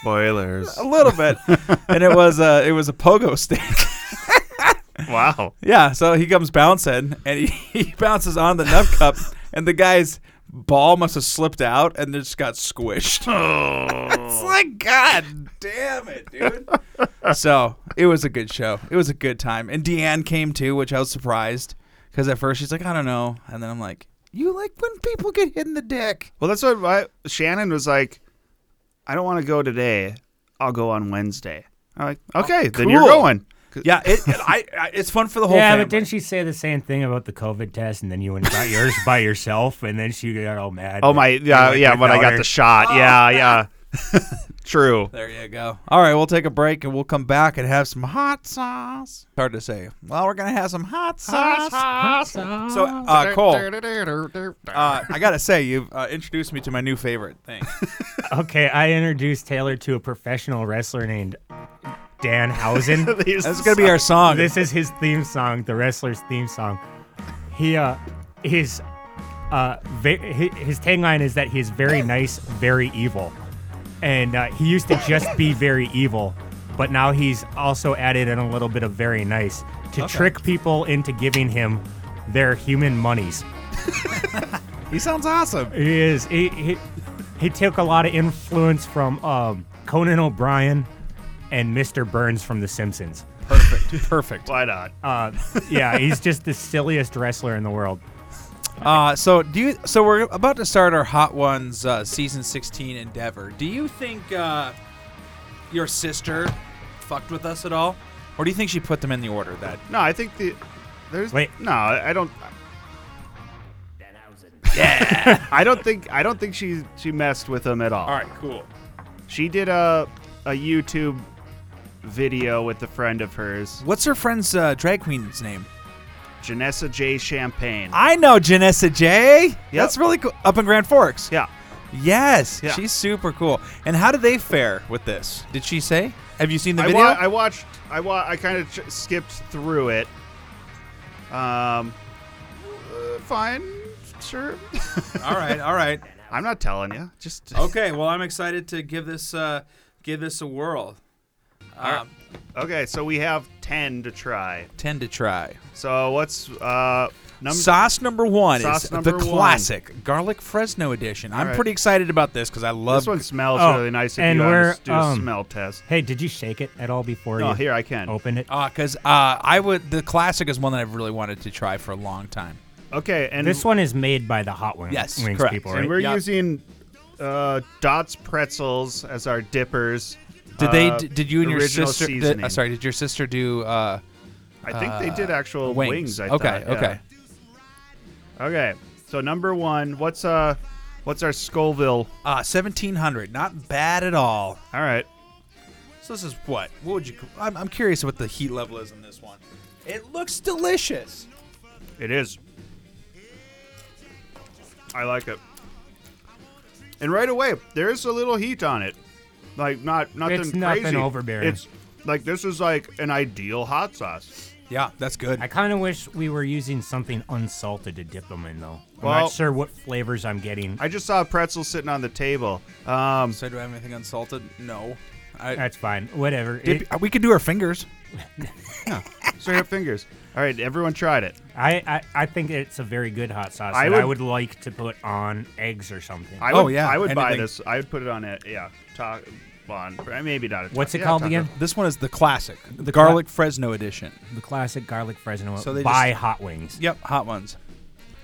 S3: spoilers.
S2: a little bit, and it was uh, it was a pogo stick.
S3: wow.
S2: Yeah, so he comes bouncing and he, he bounces on the nut cup, and the guy's ball must have slipped out and it just got squished. it's like, God damn it, dude. so it was a good show. It was a good time. And Deanne came too, which I was surprised because at first she's like, I don't know. And then I'm like, you like when people get hit in the dick.
S3: Well, that's what I, Shannon was like. I don't want to go today. I'll go on Wednesday. I'm like,
S1: Oh,
S3: okay, then you're
S2: cool.
S3: going.
S2: Yeah, it, it- I, I, it's fun for the whole
S1: yeah,
S2: family.
S1: but didn't she say the same thing about the COVID test, and then you went and got yours by yourself, and then she got all mad?
S3: Oh my, yeah, yeah. When I got the shot,
S1: Oh.
S3: yeah, yeah. True.
S2: There you go. All right, we'll take a break and we'll come back and have some hot sauce. Hard to say. Well, we're gonna have some hot sauce. So, uh, Cole, uh, I gotta say, you've uh, introduced me to my new favorite thing.
S1: Okay, I introduced Taylor to a professional wrestler named Dan Housen.
S2: That's gonna be our song.
S1: this is his theme song, the wrestler's theme song. He uh, his uh, ve- hi- his tagline is that he's very nice, very evil, and uh, he used to just be very evil, but now he's also added in a little bit of very nice to trick people into giving him their human monies.
S2: he sounds awesome.
S1: He is. He he, he took a lot of influence from um, Conan O'Brien and Mr. Burns from The Simpsons.
S2: Perfect. Perfect.
S3: Why not?
S1: Uh, yeah, he's just the silliest wrestler in the world.
S2: Uh, so do you? So we're about to start our Hot Ones uh, season 16 endeavor. Do you think uh, your sister fucked with us at all, or do you think she put them in the order that?
S3: No, I think the there's
S1: Wait.
S3: no. I don't. Yeah, I don't think I don't think she she messed with him at all.
S2: All right, cool.
S3: She did a a YouTube video with a friend of hers,
S2: What's her friend's uh, drag queen's name?
S3: Janessa J. Champagne.
S2: I know Janessa J. That's
S3: Yep.
S2: really cool. Up in Grand Forks.
S3: yeah,
S2: Yes.
S3: Yeah.
S2: She's super cool. And how do they fare with this? Did she say? Have you seen the
S3: I,
S2: video?
S3: wa- I watched. I wa- I kind of ch- skipped through it. Um, uh, fine, sure.
S2: all right. All right.
S3: I'm not telling you. Just
S2: Okay. Well, I'm excited to give this uh, give this a whirl. Um,
S3: okay. So we have ten to try.
S2: Tend to try.
S3: So what's uh number?
S2: Sauce number one
S3: Sauce
S2: is
S3: number
S2: the
S3: one.
S2: classic garlic Fresno edition. I'm
S3: right.
S2: pretty excited about this because I love.
S3: this one smells
S1: Oh,
S3: really nice. If
S1: and
S3: you ever
S1: we're,
S3: s- do a
S1: um,
S3: smell test.
S1: Hey, did you shake it at all before
S3: No,
S1: you
S3: here I can. Um,
S1: opened it?
S2: because uh, I would the classic is one that I've really wanted to try for a long time.
S3: Okay, and
S1: This one is made by the Hot Wings,
S2: Yes,
S1: wings
S2: correct.
S1: people,
S3: and
S1: right?
S3: we're
S2: Yep.
S3: using uh, Dots pretzels as our dippers.
S2: Did they?
S3: Uh,
S2: d- Did you and your
S3: original
S2: sister? Did,
S3: seasoning.
S2: uh, sorry, did your sister do uh,
S3: I think they did actual
S2: wings?
S3: wings. I
S2: okay,
S3: thought,
S2: okay.
S3: yeah. okay. So number one, what's uh, what's our Scoville?
S2: Uh, Seventeen hundred, not bad at all.
S3: All right,
S2: So this is what? What would you? I'm, I'm curious what the heat level is in this one. It looks delicious.
S3: it is. I like it. And right away, there's a little heat on it, like not nothing
S1: It's nothing
S3: crazy.
S1: overbearing.
S3: It's like this is like an ideal hot sauce.
S2: Yeah, that's good.
S1: I kind of wish we were using something unsalted to dip them in, though. I'm
S3: Well-
S1: not sure what flavors I'm getting.
S3: I just saw a pretzel sitting on the table. Um,
S2: so do I have anything unsalted? No. I,
S1: That's fine. Whatever. It-
S2: we could do our fingers.
S3: straight up fingers. All right, everyone tried it.
S1: I, I, I think it's a very good hot sauce.
S3: I
S1: that I
S3: would-
S1: would like to put on eggs or something.
S3: I would,
S2: Oh, yeah,
S3: I would buy
S2: anything.
S3: this. I would put it on it. Yeah, ta- bon, maybe not. A ta-
S1: What's it
S3: yeah,
S1: called
S3: taco.
S1: again?
S2: This one is the classic, the garlic Fresno edition.
S1: The classic garlic Fresno
S2: So they
S1: by
S2: just-
S1: Hot Wings.
S2: Yep, hot ones.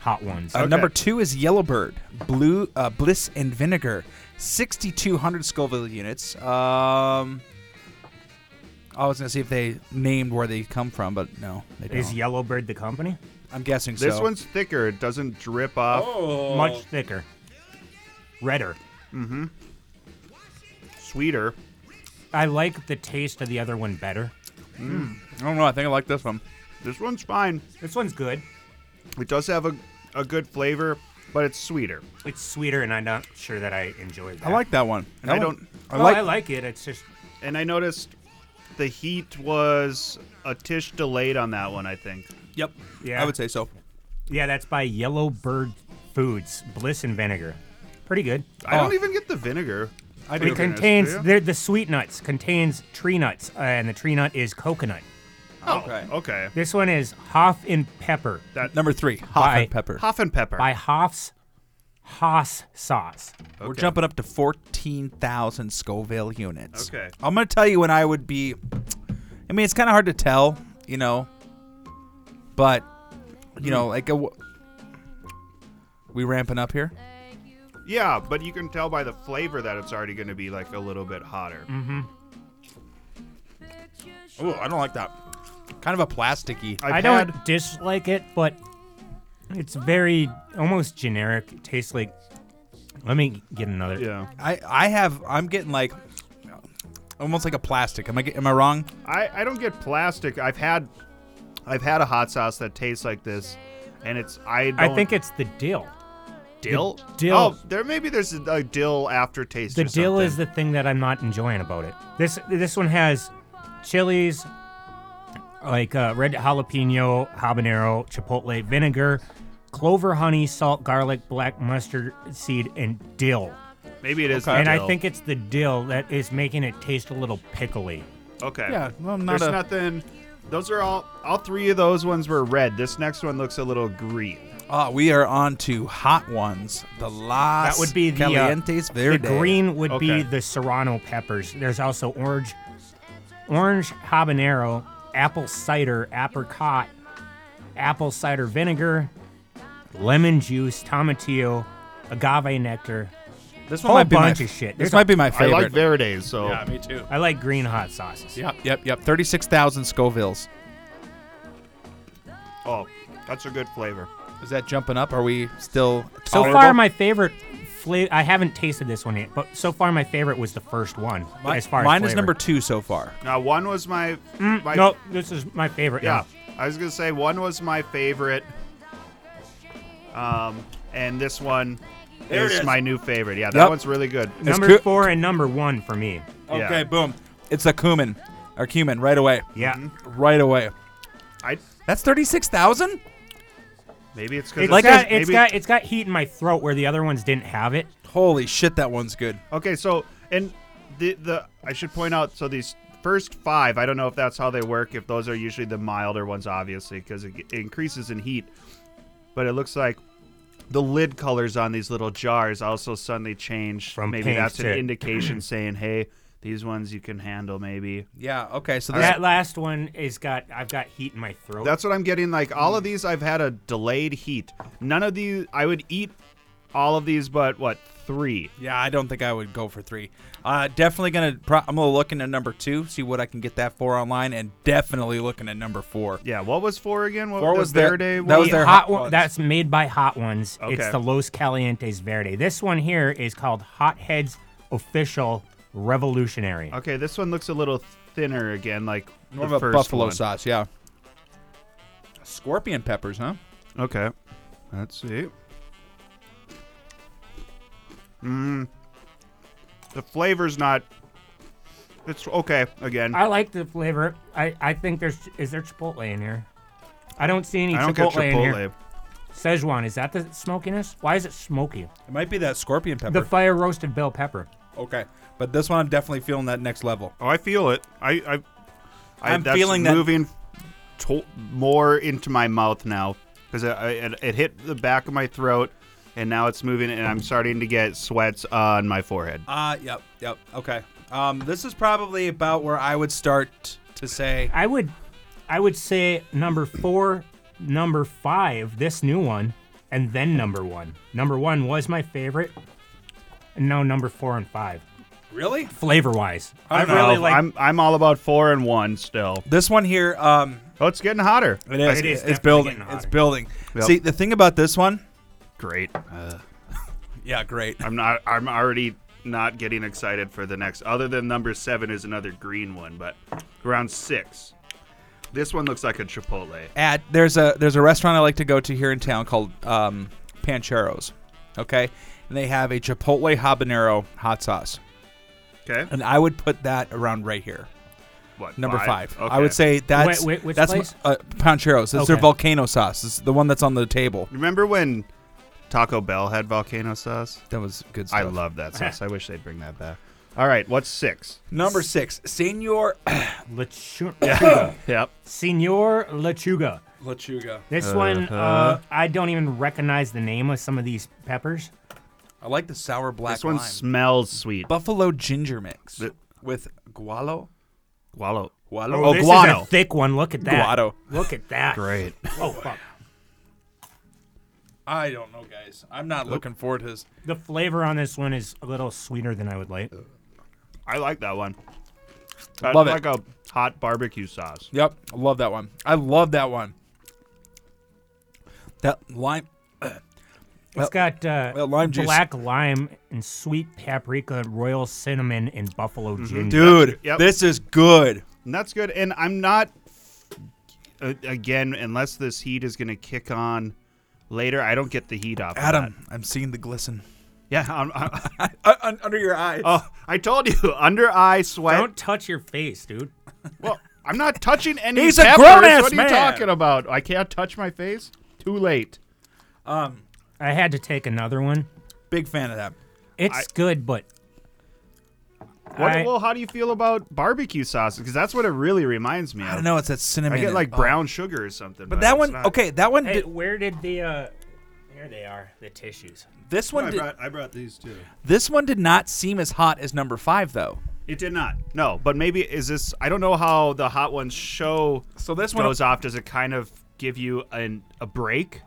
S1: Hot ones.
S2: Uh, number two is Yellowbird, Blue uh, Bliss and Vinegar, 6,200 Scoville units. Um, I was gonna see if they named where they come from, but no, they don't.
S1: Is Yellowbird the company?
S2: I'm guessing
S3: This
S2: so.
S3: one's thicker. It doesn't drip off.
S2: oh.
S1: Much thicker. Redder.
S3: Sweeter.
S1: I like the taste of the other one better.
S2: I don't know. I think I like this one.
S3: This one's fine.
S1: This one's good.
S3: It does have a, a good flavor, but it's sweeter.
S1: It's sweeter, and I'm not sure that I enjoyed that.
S2: I like that one.
S3: And
S2: That one-
S3: I
S2: Oh,
S3: don't-
S2: I
S1: Well,
S2: like.
S1: I like it. It's just
S3: And I noticed the heat was a tish delayed on that one. I think.
S2: Yep.
S1: Yeah.
S2: I would say so.
S1: yeah. That's by Yellowbird Foods, Bliss and Vinegar. Pretty good.
S3: I
S2: Oh.
S3: don't even get the vinegar.
S2: I
S1: It
S2: do.
S3: can-
S1: contains
S3: yeah.
S1: the, the sweet nuts. Contains tree nuts, uh, and the tree nut is coconut.
S2: Okay.
S3: Okay.
S1: This one is Hoff and Pepper
S2: Number three, hot
S1: Why?
S2: and pepper.
S3: Hoff and pepper.
S1: by Hoff's Haas sauce.
S2: We're
S3: Okay.
S2: jumping up to 14,000 Scoville units.
S3: Okay.
S2: I'm going to tell you when I would be. I mean, it's kind of hard to tell, you know. But, you know, like a. W- we ramping up here?
S3: Yeah, but you can tell by the flavor that it's already going to be like a little bit hotter.
S1: Mm.
S2: Oh, I don't like that. Kind of a plasticky.
S3: I've
S1: I don't
S3: had-
S1: dislike it, but it's very almost generic. It tastes like. Let me get another.
S3: Yeah,
S2: I, I have. I'm getting like. Almost like a plastic. Am I get- am I wrong?
S3: I I don't get plastic. I've had, I've had a hot sauce that tastes like this, and it's I don't
S1: I think it's the dill.
S3: dill
S1: the dill-
S3: Oh, there maybe there's a, a dill aftertaste.
S1: The
S3: or
S1: dill
S3: something.
S1: is the thing that I'm not enjoying about it. This this one has chilies, like uh, red jalapeno, habanero, chipotle, vinegar, clover, honey, salt, garlic, black mustard seed, and dill.
S3: maybe it is.
S2: Okay.
S3: the
S1: And I
S3: Uh, dill.
S1: think it's the dill that is making it taste a little pickly.
S3: okay.
S2: well, I'm
S3: There's nothing. Those are all. All three of those ones were red. This next one looks a little green.
S2: Ah, we are on to hot ones. The Las
S1: That would be the, uh,
S2: Calientes
S1: The
S2: Verde.
S1: green would
S3: Okay.
S1: be the serrano peppers. There's also orange, orange habanero, apple cider, apricot, apple cider vinegar, lemon juice, tomatillo, agave nectar.
S2: This
S1: Whole
S2: one might be
S1: bunch
S2: my,
S1: of shit.
S2: This
S1: There's
S2: might
S1: a-
S2: be my favorite.
S3: I like verdes, so
S2: me too.
S1: I like green hot sauces.
S2: Oh. Yep, yep, yep. Thirty-six thousand Scovilles.
S3: oh, that's a good flavor.
S2: Is that jumping up? Are we still
S1: So
S2: tolerable?
S1: far, my favorite flavor. I haven't tasted this one yet, but so far my favorite was the first one.
S2: Mi-
S1: as far
S2: mine
S1: as
S2: is
S1: flavor.
S2: number two so far.
S3: Now one was my my
S1: no, this is my favorite.
S3: Yeah,
S1: Yeah.
S3: I was gonna say one was my favorite, um, and this one
S2: There it
S3: is
S2: is.
S3: my new favorite. Yeah, that
S2: Yep.
S3: one's really good.
S2: It's
S1: Number
S2: coo-
S1: four and number one for me.
S3: Yeah.
S2: Okay, boom. It's a cumin, or cumin, right away,
S1: Yeah.
S2: right away.
S3: I
S2: That's thirty-six thousand.
S3: maybe it's because
S1: It's
S2: Like
S1: got,
S2: a-
S1: it's got it's got heat in my throat where the other ones didn't have it.
S2: Holy shit, that one's good.
S3: okay. So and the the I should point out so these first five I don't know if that's how they work if those are usually the milder ones obviously because it, g- it increases in heat, but it looks like. The lid colors on these little jars also suddenly change.
S1: From
S3: maybe
S1: pink
S3: that's an
S1: to-
S3: indication saying, "Hey, these ones you can handle." Maybe
S2: Yeah. Okay. So this,
S1: That last one is got I've got heat in my throat.
S3: That's what I'm getting. Like all of these, I've had a delayed heat. None of these, I would eat all of these, but what three?
S2: Yeah, I don't think I would go for three. Uh, definitely gonna. Pro- I'm gonna look into number two, see what I can get that for online, and definitely looking at number four.
S3: Yeah, what was four again? What
S2: Four
S3: the
S2: was their-
S3: Verde
S2: that
S3: one?
S2: was
S1: The
S2: their
S1: hot
S2: hot
S1: one.
S2: ones.
S1: That's made by Hot Ones. It's
S3: Okay.
S1: the Los Calientes Verde. This one here is called Hot Heads Official Revolutionary.
S3: okay. This one looks a little thinner again, like
S2: More of
S3: the
S2: a
S3: first
S2: buffalo
S3: one.
S2: sauce, yeah. Scorpion peppers, huh?
S3: Okay, let's see. Mm. Mm. The flavor's not. It's okay again.
S1: I like the flavor. I, I think there's is there chipotle in here. I don't see any
S3: I don't
S1: chipotle,
S3: get
S1: in here.
S3: chipotle.
S1: Szechuan, is that the smokiness? Why is it smoky?
S2: It might be that scorpion pepper.
S1: The fire roasted bell pepper.
S2: okay, but this one I'm definitely feeling that next level.
S3: Oh, I feel it. I, I, I
S2: I'm
S3: that's
S2: feeling that-
S3: moving to- more into my mouth now because it, it, it hit the back of my throat, and now it's moving, and I'm starting to get sweats on my forehead.
S2: Uh yep, yep. Okay. Um, this is probably about where I would start to say
S1: I would I would say number four, number five, this new one, and then number one. Number one was my favorite. And now number four and five.
S2: really.
S1: Flavor wise.
S4: Uh.
S1: I,
S2: don't
S1: really
S3: No,
S1: like
S3: I'm I'm all about four and one still.
S2: This one here, um,
S3: Oh, it's getting hotter.
S2: it is.
S1: It is
S2: it's
S1: definitely
S2: building.
S1: getting
S2: It's
S1: hotter.
S2: building.
S3: Yep.
S2: See, the thing about this one,
S3: Great. Uh,
S2: yeah, great.
S3: I'm not. I'm already not getting excited for the next. Other than number seven is another green one, but round six. This one looks like a chipotle.
S2: at there's a there's a restaurant I like to go to here in town called um, Pancheros, okay, and they have a chipotle habanero hot sauce,
S3: Okay.
S2: and I would put that around right here,
S3: What?
S2: number five.
S3: Okay.
S2: I would say that's
S1: wait, which
S2: that's
S1: place?
S2: uh, Pancheros. It's their
S1: Okay.
S2: volcano sauce. It's the one that's on the table.
S3: Remember when Taco Bell had volcano sauce?
S2: That was good stuff.
S3: I love that sauce. I wish they'd bring that back. All right, what's six?
S2: Number six, Senor
S1: Lechu-
S3: Yep.
S1: Senor Lechuga.
S2: Lechuga.
S1: This
S4: Uh-huh.
S1: one, uh, I don't even recognize the name of some of these peppers.
S2: I like the sour black
S4: This one
S2: lime.
S4: smells sweet.
S2: Buffalo ginger mix
S4: The-
S2: with gualo.
S4: Wallow.
S2: Gualo.
S4: Oh,
S1: this is
S4: guano.
S1: a thick one. Look at that.
S2: Guado.
S1: Look at that.
S4: Great.
S1: Oh, fuck.
S2: I don't know, guys. I'm not looking forward to this.
S1: The flavor on this one is a little sweeter than I would like.
S3: I like that one. That's
S2: Love it.
S3: like a hot barbecue sauce.
S2: Yep, I love that one. I love that one. That lime.
S1: It's got uh,
S2: well, lime juice.
S1: black lime and sweet paprika, royal cinnamon, and buffalo ginger.
S2: Mm-hmm. Dude,
S3: Yep.
S2: this is good.
S3: And that's good. And I'm not, uh, again, unless this heat is going to kick on later, I don't get the heat off. of
S2: Adam,
S3: that.
S2: I'm seeing the glisten.
S3: Yeah. I'm, i
S2: Uh, un- under your eyes.
S3: oh, I told you, under eye sweat.
S1: Don't touch your face, dude.
S3: Well, I'm not touching any
S1: He's a
S3: peppers.
S1: grown-ass
S3: What are you
S1: man.
S3: talking about? I can't touch my face? Too late.
S2: Um,
S1: I had to take another one.
S2: big fan of that.
S1: It's good, but
S3: What,
S1: I-
S3: well, how do you feel about barbecue sauce? Because that's what it really reminds me of.
S2: I don't know. It's that cinnamon.
S3: I get
S2: and-
S3: like
S2: oh.
S3: brown sugar or something.
S2: But that
S3: it's
S2: one,
S3: not-
S2: okay, that one.
S1: hey,
S2: Did,
S1: where did the uh, here they are the tissues?
S2: this one, did,
S3: I brought these too.
S2: this one did not seem as hot as number five though.
S3: It did not. No, but maybe is this? I don't know how the hot ones show
S2: So this one,
S3: goes off. Does it kind of give you an a break?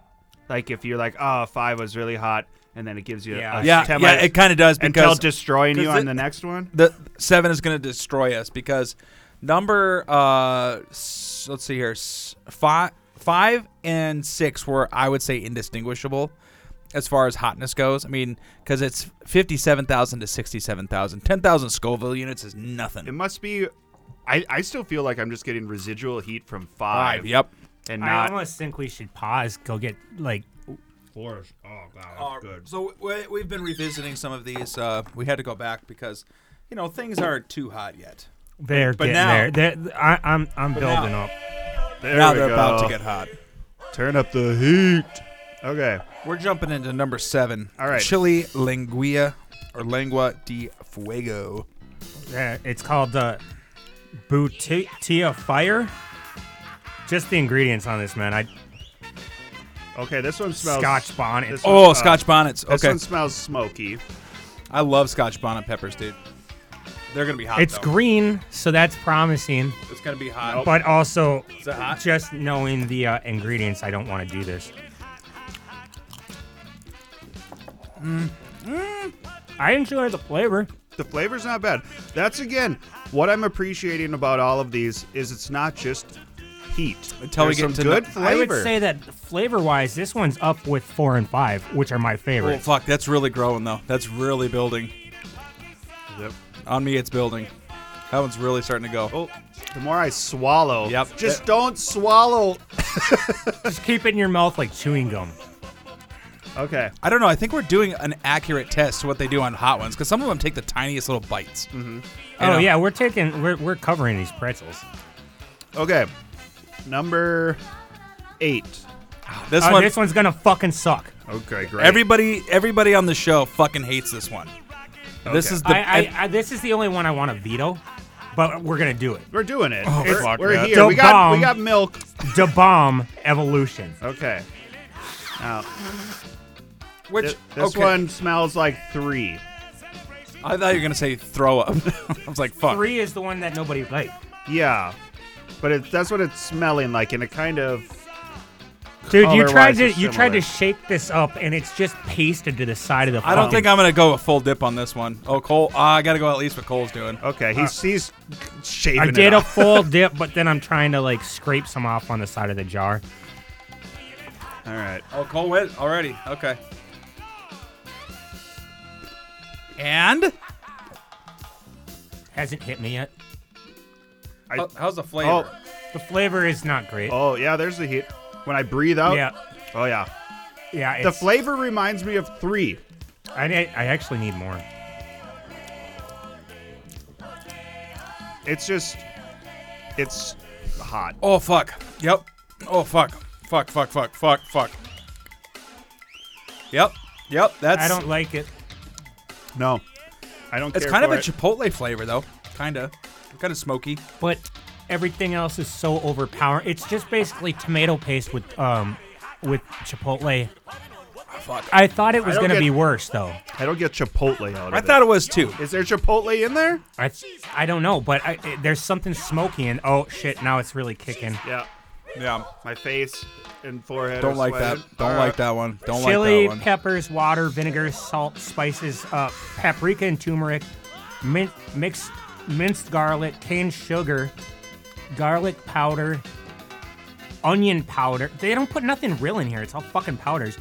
S3: Like if you're like, oh, five was really hot, and then it gives you
S1: Yeah.
S3: a
S2: yeah,
S3: ten
S2: yeah,
S3: minute-
S2: it kind of does
S3: until
S2: because
S3: destroying you
S2: because
S3: on
S2: it-
S3: the next one.
S2: the seven is going to destroy us because number uh s- let's see here five five and six were i would say indistinguishable as far as hotness goes i mean because it's 57000 to 67000 10000 scoville units is
S3: It
S2: nothing
S3: must be. I, I still feel like I'm just getting residual heat from five.
S2: five yep
S3: And
S1: I
S3: not.
S1: almost think we should pause, go get like
S3: Forest. Oh wow, that's
S2: so we, we've been revisiting some of these uh we had to go back because you know things aren't too hot yet
S1: they're
S2: But
S1: getting
S2: now-
S1: there. They're, I, I'm I'm building up.
S3: There
S2: now
S3: we
S2: they're about
S3: go.
S2: to get hot
S3: Turn up the heat. Okay.
S2: We're jumping into number seven.
S3: All right.
S2: Chili Lingua or Lengua de Fuego.
S1: Uh, it's called the uh, Boutia Fire. Just the ingredients on this man. I
S3: Okay, this one smells.
S1: Scotch bonnet.
S3: this one-
S2: Oh,
S3: uh,
S2: Scotch bonnets.
S3: This
S2: Okay.
S3: one smells smoky.
S2: I love Scotch bonnet peppers, dude. They're going to be hot.
S1: it's
S2: though.
S1: green, so that's promising.
S2: It's going to be hot.
S1: But also,
S2: Is it hot?
S1: just knowing the uh, ingredients, I don't want to do this. Mm, I enjoy the flavor.
S3: The flavor's not bad. That's again what I'm appreciating about all of these is it's not just heat.
S2: Until we
S3: There's
S2: get
S3: some
S2: to
S3: good
S2: the-
S3: flavor.
S1: I would say that flavor-wise, this one's up with four and five, which are my
S2: Oh,
S1: favorites.
S2: fuck. That's really growing, though. That's really building.
S3: Yep.
S2: On me, it's building. That one's really starting to go.
S3: Oh, the more I swallow.
S2: Yep.
S3: Just don't swallow.
S1: Just keep it in your mouth like chewing gum.
S3: Okay.
S2: I don't know. I think we're doing an accurate test to what they do on hot ones because some of them take the tiniest little bites. Mm-hmm.
S1: Oh yeah, we're taking we're, we're covering these pretzels.
S3: Okay. Number eight.
S2: This
S1: Uh,
S2: one.
S1: this one's gonna fucking suck.
S3: Okay, great.
S2: Everybody, everybody on the show fucking hates this one. This
S3: Okay.
S2: is the
S1: I, I, I this is the only one I want to veto, but we're gonna do it.
S3: we're doing it. we're
S1: fuck
S3: we're
S1: that.
S3: here. We got
S1: Dum-dum.
S3: we got milk.
S1: Da bomb evolution.
S3: Okay. Now
S2: which
S3: th- this
S2: okay.
S3: one smells like three.
S2: I thought you were gonna say throw up. I was like, fuck.
S1: Three is the one that nobody liked.
S3: Yeah. But it, that's what it's smelling like, and it kind of
S1: Dude, you tried
S3: Color-wise,
S1: to
S3: it's
S1: you tried to
S3: similar.
S1: shake this up, and it's just pasted to the side of the.
S3: Um,
S2: I don't
S1: fucking-
S2: think I'm gonna go a full dip on this one. Oh, Cole, uh, I gotta go at least what Cole's doing.
S3: okay. He's he's shaving.
S1: Uh, I
S3: it
S1: did a
S3: off.
S1: full dip, but then I'm trying to like scrape some off on the side of the jar.
S3: All right.
S2: Oh, Cole went already. Okay. And
S1: Hasn't hit me yet.
S3: I-
S2: How- how's the flavor?
S3: oh,
S1: The flavor is not great.
S3: oh yeah. There's the heat. When I breathe out.
S1: Yeah,
S3: Oh yeah.
S1: yeah.
S3: The
S1: It's,
S3: flavor reminds me of three.
S1: I, I actually need more.
S3: It's just, it's hot.
S2: Oh. fuck. Yep. Oh fuck. Fuck. Fuck. Fuck. Fuck. Fuck. Yep. Yep. That's.
S1: I don't like it.
S3: No. I don't
S2: It's
S3: care.
S2: kind of
S3: for
S2: a
S3: it.
S2: chipotle flavor though. Kind of. Kind of smoky.
S1: but everything else is so overpowering. It's just basically tomato paste with um with chipotle. I thought it was
S3: don't
S1: gonna
S3: get-
S1: be worse though.
S3: I don't get Chipotle out of
S2: I thought it was too.
S3: it. Is there Chipotle in there?
S1: I I don't know, but I, it- there's something smoky and oh shit, now it's really kicking.
S3: Yeah,
S2: Yeah.
S3: my face and forehead.
S5: Don't
S3: are
S5: like that.
S3: sweating.
S5: Don't
S3: Uh,
S5: like that one. Don't
S1: Chili,
S5: like that one.
S1: peppers, water, vinegar, salt, spices, uh, paprika and turmeric, min- mixed minced garlic, canned sugar, garlic powder, onion powder. They don't put nothing real in here. It's all fucking powders.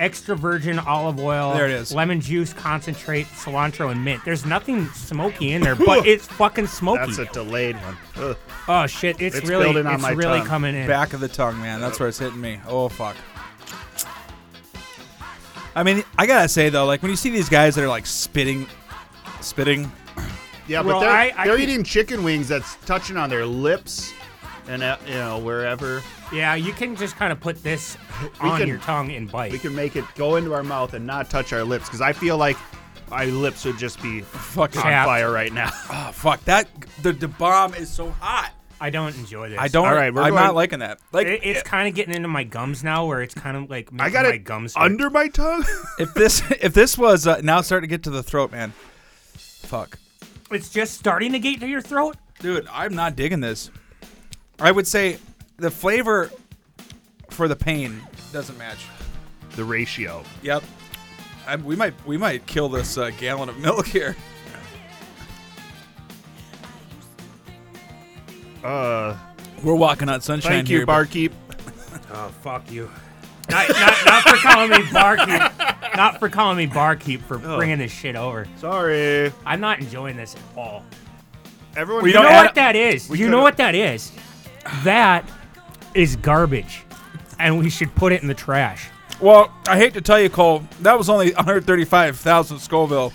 S1: Extra virgin olive oil.
S2: There it is.
S1: Lemon juice, concentrate, cilantro, and mint. There's nothing smoky in there, but it's fucking smoky.
S3: That's a delayed one. Ugh.
S1: oh shit! It's,
S3: It's
S1: really,
S3: building on
S1: it's
S3: my
S1: really
S3: tongue.
S1: coming in.
S5: Back of the tongue, man. That's where it's hitting me. Oh fuck.
S2: I mean, I gotta say though, like when you see these guys that are like spitting, spitting.
S3: Yeah,
S1: Well,
S3: but they're,
S1: I- I
S3: they're
S1: could-
S3: eating chicken wings that's touching on their lips, and uh, you know wherever
S1: Yeah, you can just kind of put this
S3: We
S1: on
S3: can-
S1: your tongue and bite.
S3: we can make it go into our mouth and not touch our lips, because I feel like our lips would just be
S2: Fucking.
S3: on
S1: Tapped.
S3: fire right now.
S2: Oh fuck that! The the bomb is so hot.
S1: I don't enjoy this.
S2: I don't.
S3: All
S2: All
S3: right, we're
S2: I'm
S3: going-
S2: not liking that. Like
S1: It, it's kind of getting into my gums now, where it's kind of like making
S3: I got
S1: my
S3: it
S1: gums hurt.
S3: under my tongue.
S2: if this if this was uh, now it's starting to get to the throat, man. Fuck,
S1: It's just starting to get to your throat.
S2: dude, I'm not digging this. I would say the flavor for the pain doesn't match.
S3: the ratio.
S2: Yep. I, we might we might kill this uh, gallon of milk here.
S3: Uh,
S2: We're walking on sunshine
S3: thank you,
S2: here, but-
S3: barkeep.
S1: Oh fuck you! Not, not, not for calling me barkeep. Not for calling me barkeep for
S3: Oh.
S1: bringing this shit over.
S3: Sorry,
S1: I'm not enjoying this at all.
S3: everyone.
S2: We
S1: You
S2: don't
S1: know
S2: add-
S1: what that is? You know
S3: could've-
S1: what that is? That is garbage, and we should put it in the trash.
S2: Well, I hate to tell you, Cole, that was only 135,000 Scoville.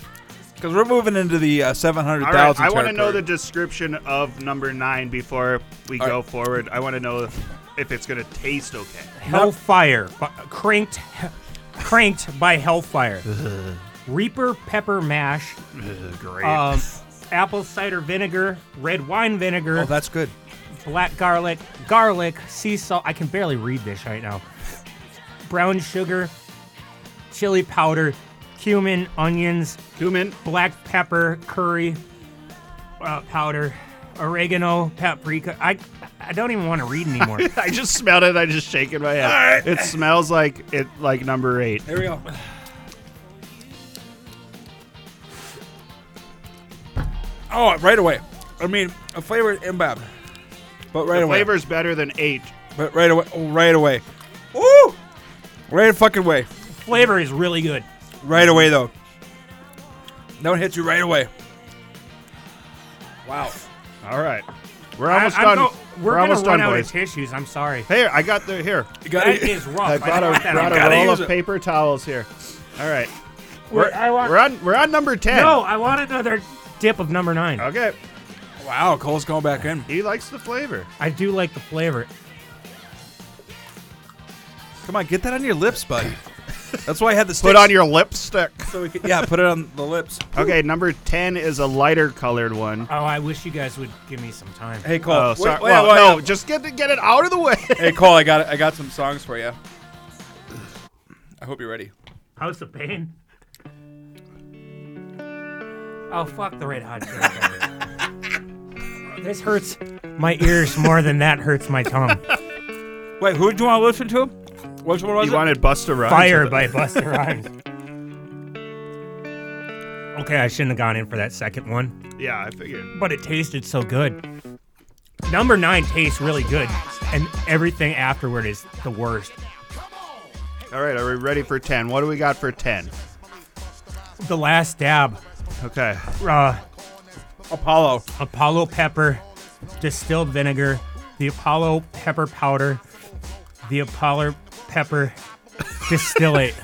S2: Because we're moving into the uh,
S3: All right,
S2: 700,000
S3: I want to know the
S2: territory.
S3: description of number nine before we
S2: All
S3: go forward. I want to know if it's gonna taste okay.
S1: Hellfire, bu- cranked, cranked by Hellfire. Reaper pepper mash,
S3: Great.
S1: um, apple cider vinegar, red wine vinegar,
S2: Oh, that's good.
S1: black garlic, garlic, sea salt. I can barely read this right now. Brown sugar, chili powder, cumin, onions,
S3: Cumin.
S1: black pepper, curry uh, powder, oregano, paprika. I I don't even want to read anymore.
S3: I just smelled it. I just shaking my head. It smells like it like number eight.
S2: Here we go. Oh, right away. I mean, a flavored imbibe. But right
S3: The
S2: away.
S3: flavor's better than eight.
S2: But right away. Oh, right away. Woo! Right fucking way.
S1: Flavor is really good.
S2: Right away, though. That one hits you right away. Wow.
S3: All right, we're almost
S1: I'm
S3: done.
S1: go- we're,
S3: we're
S1: gonna
S3: almost
S1: run
S3: done,
S1: out
S3: boys.
S1: of tissues. I'm sorry.
S3: Here, I got the here.
S2: You got
S1: That is rough.
S2: Oh,
S3: I brought
S1: don't
S3: a,
S1: want that on
S3: brought a
S1: my-
S2: gotta
S3: roll
S2: use
S3: of
S2: it.
S3: paper towels here. All right,
S1: We're- I want-
S3: we're on we're on number ten.
S1: No, I want another dip of number nine.
S3: Okay,
S2: Wow, Cole's going back in.
S3: he likes the flavor.
S1: I do like the flavor.
S2: Come on, get that on your lips, buddy. That's why I had the sticks.
S3: Put on your lipstick.
S2: So we could, yeah, put it on the lips.
S3: Okay, number ten is a lighter colored one.
S1: Oh, I wish you guys would give me some time.
S2: Hey Cole.
S3: Oh,
S2: Uh, wait,
S3: sorry.
S2: wait,
S3: well,
S2: wait,
S3: no,
S2: wait.
S3: just get get it out of the way.
S2: Hey Cole, I got I got some songs for you. I hope you're ready.
S1: House of Pain. Oh fuck the Red Hot Chili Peppers. This hurts my ears more than that hurts my tongue.
S2: Wait, who do you want to listen to? Which one was
S3: You wanted Busta Rhymes.
S1: Fire
S3: with it.
S1: by Buster Rhymes. Okay, I shouldn't have gone in for that second one,
S3: Yeah, I figured.
S1: but it tasted so good. Number nine tastes really good, and everything afterward is the worst.
S3: All right, are we ready for ten? What do we got for ten?
S1: The last dab,
S3: Okay.
S1: uh,
S2: Apollo.
S1: Apollo pepper, distilled vinegar, the Apollo pepper powder, the Apollo pepper distillate.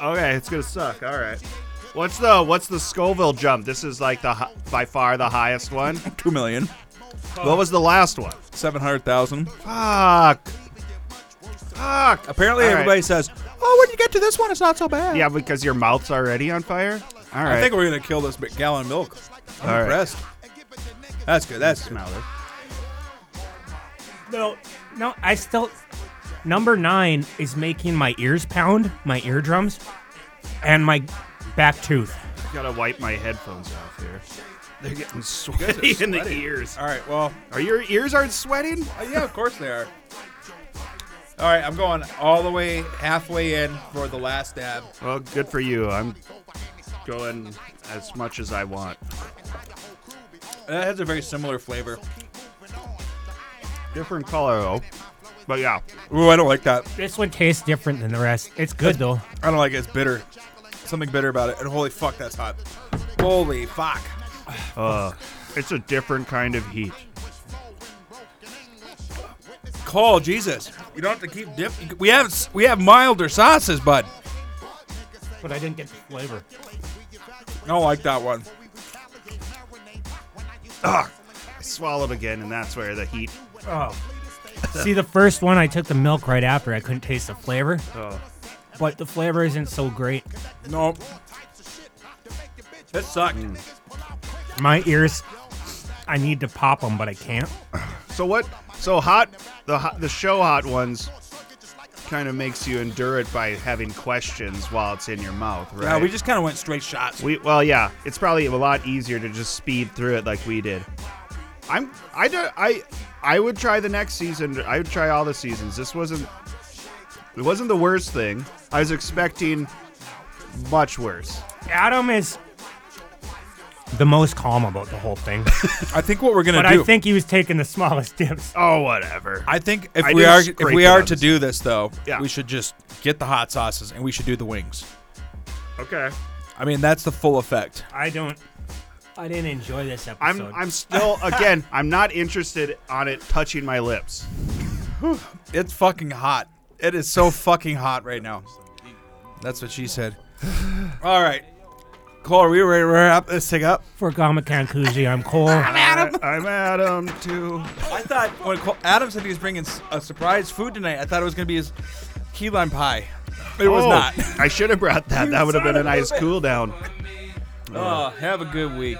S3: Okay, it's gonna suck. All right. What's the what's the Scoville jump? This is like the hi- by far the highest one.
S2: Two million.
S3: What was the last one?
S2: Seven hundred thousand.
S3: Fuck. Fuck.
S2: Apparently
S3: All right.
S2: everybody says, Oh, when you get to this one it's not so bad.
S3: Yeah, because your mouth's already on fire. All
S2: I
S3: right.
S2: think we're gonna kill this big gallon of milk. I'm
S3: All right.
S2: impressed. That's good. That's good.
S3: Smell it.
S1: No, no, I still. Number nine is making my ears pound, my eardrums, and my back tooth.
S3: Gotta wipe my headphones off here. They're getting
S2: You guys are
S3: sweaty in the
S2: sweaty.
S3: ears.
S2: All right. Well,
S3: Are your ears aren't sweating?
S2: uh, yeah, of course they are. All right, I'm going all the way halfway in for the last dab.
S3: Well, good for you. I'm going as much as I want.
S2: That has a very similar flavor.
S3: Different color though. But yeah,
S2: Ooh, I don't like that.
S1: This one tastes different than the rest. It's good though.
S2: I don't like it. It's bitter. Something bitter about it. And holy fuck, that's hot. Holy fuck.
S3: uh, it's a different kind of heat.
S2: Call Jesus. You don't have to keep dip. We have s- we have milder sauces, bud.
S1: But I didn't get the flavor.
S2: I don't like that one.
S3: I swallowed again, and that's where the heat.
S1: Oh. See, the first one I took the milk right after. I couldn't taste the flavor,
S3: Oh,
S1: but the flavor isn't so great.
S2: Nope. That sucked.
S1: My ears, I need to pop them, but I can't.
S3: so what? So hot. The hot, the show hot ones kind of makes you endure it by having questions while it's in your mouth, right?
S2: Yeah, we just kind of went straight shots.
S3: We well, yeah. It's probably a lot easier to just speed through it like we did. I'm I do, I I would try the next season. I would try all the seasons. This wasn't it wasn't the worst thing. I was expecting much worse.
S1: Adam is the most calm about the whole thing,
S2: I think what we're gonna
S1: but
S2: do.
S1: I think he was taking the smallest dips.
S3: Oh, whatever.
S2: I think if
S3: I
S2: we
S3: didn't
S2: are if
S3: scrape
S2: we
S3: it
S2: are
S3: on
S2: to
S3: this.
S2: do this though,
S3: Yeah.
S2: we should just get the hot sauces and we should do the wings.
S3: Okay.
S2: I mean, that's the full effect.
S1: I don't. I didn't enjoy this episode.
S3: I'm I'm still again, I'm not interested on it touching my lips.
S2: It's fucking hot. It is so fucking hot right now. That's what she said. All right, Cole, are we ready to wrap this thing up?
S1: for Gama Kankuzi. I'm Cole.
S3: Adam. I'm Adam too.
S2: I thought when Cole, Adam said he was bringing s- a surprise food tonight, I thought it was gonna be his key lime pie. It was
S3: Oh,
S2: not.
S3: I should have brought that. That would have
S2: son
S3: been a
S2: of a
S3: nice
S2: bitch.
S3: cool down.
S2: Oh, have a good week.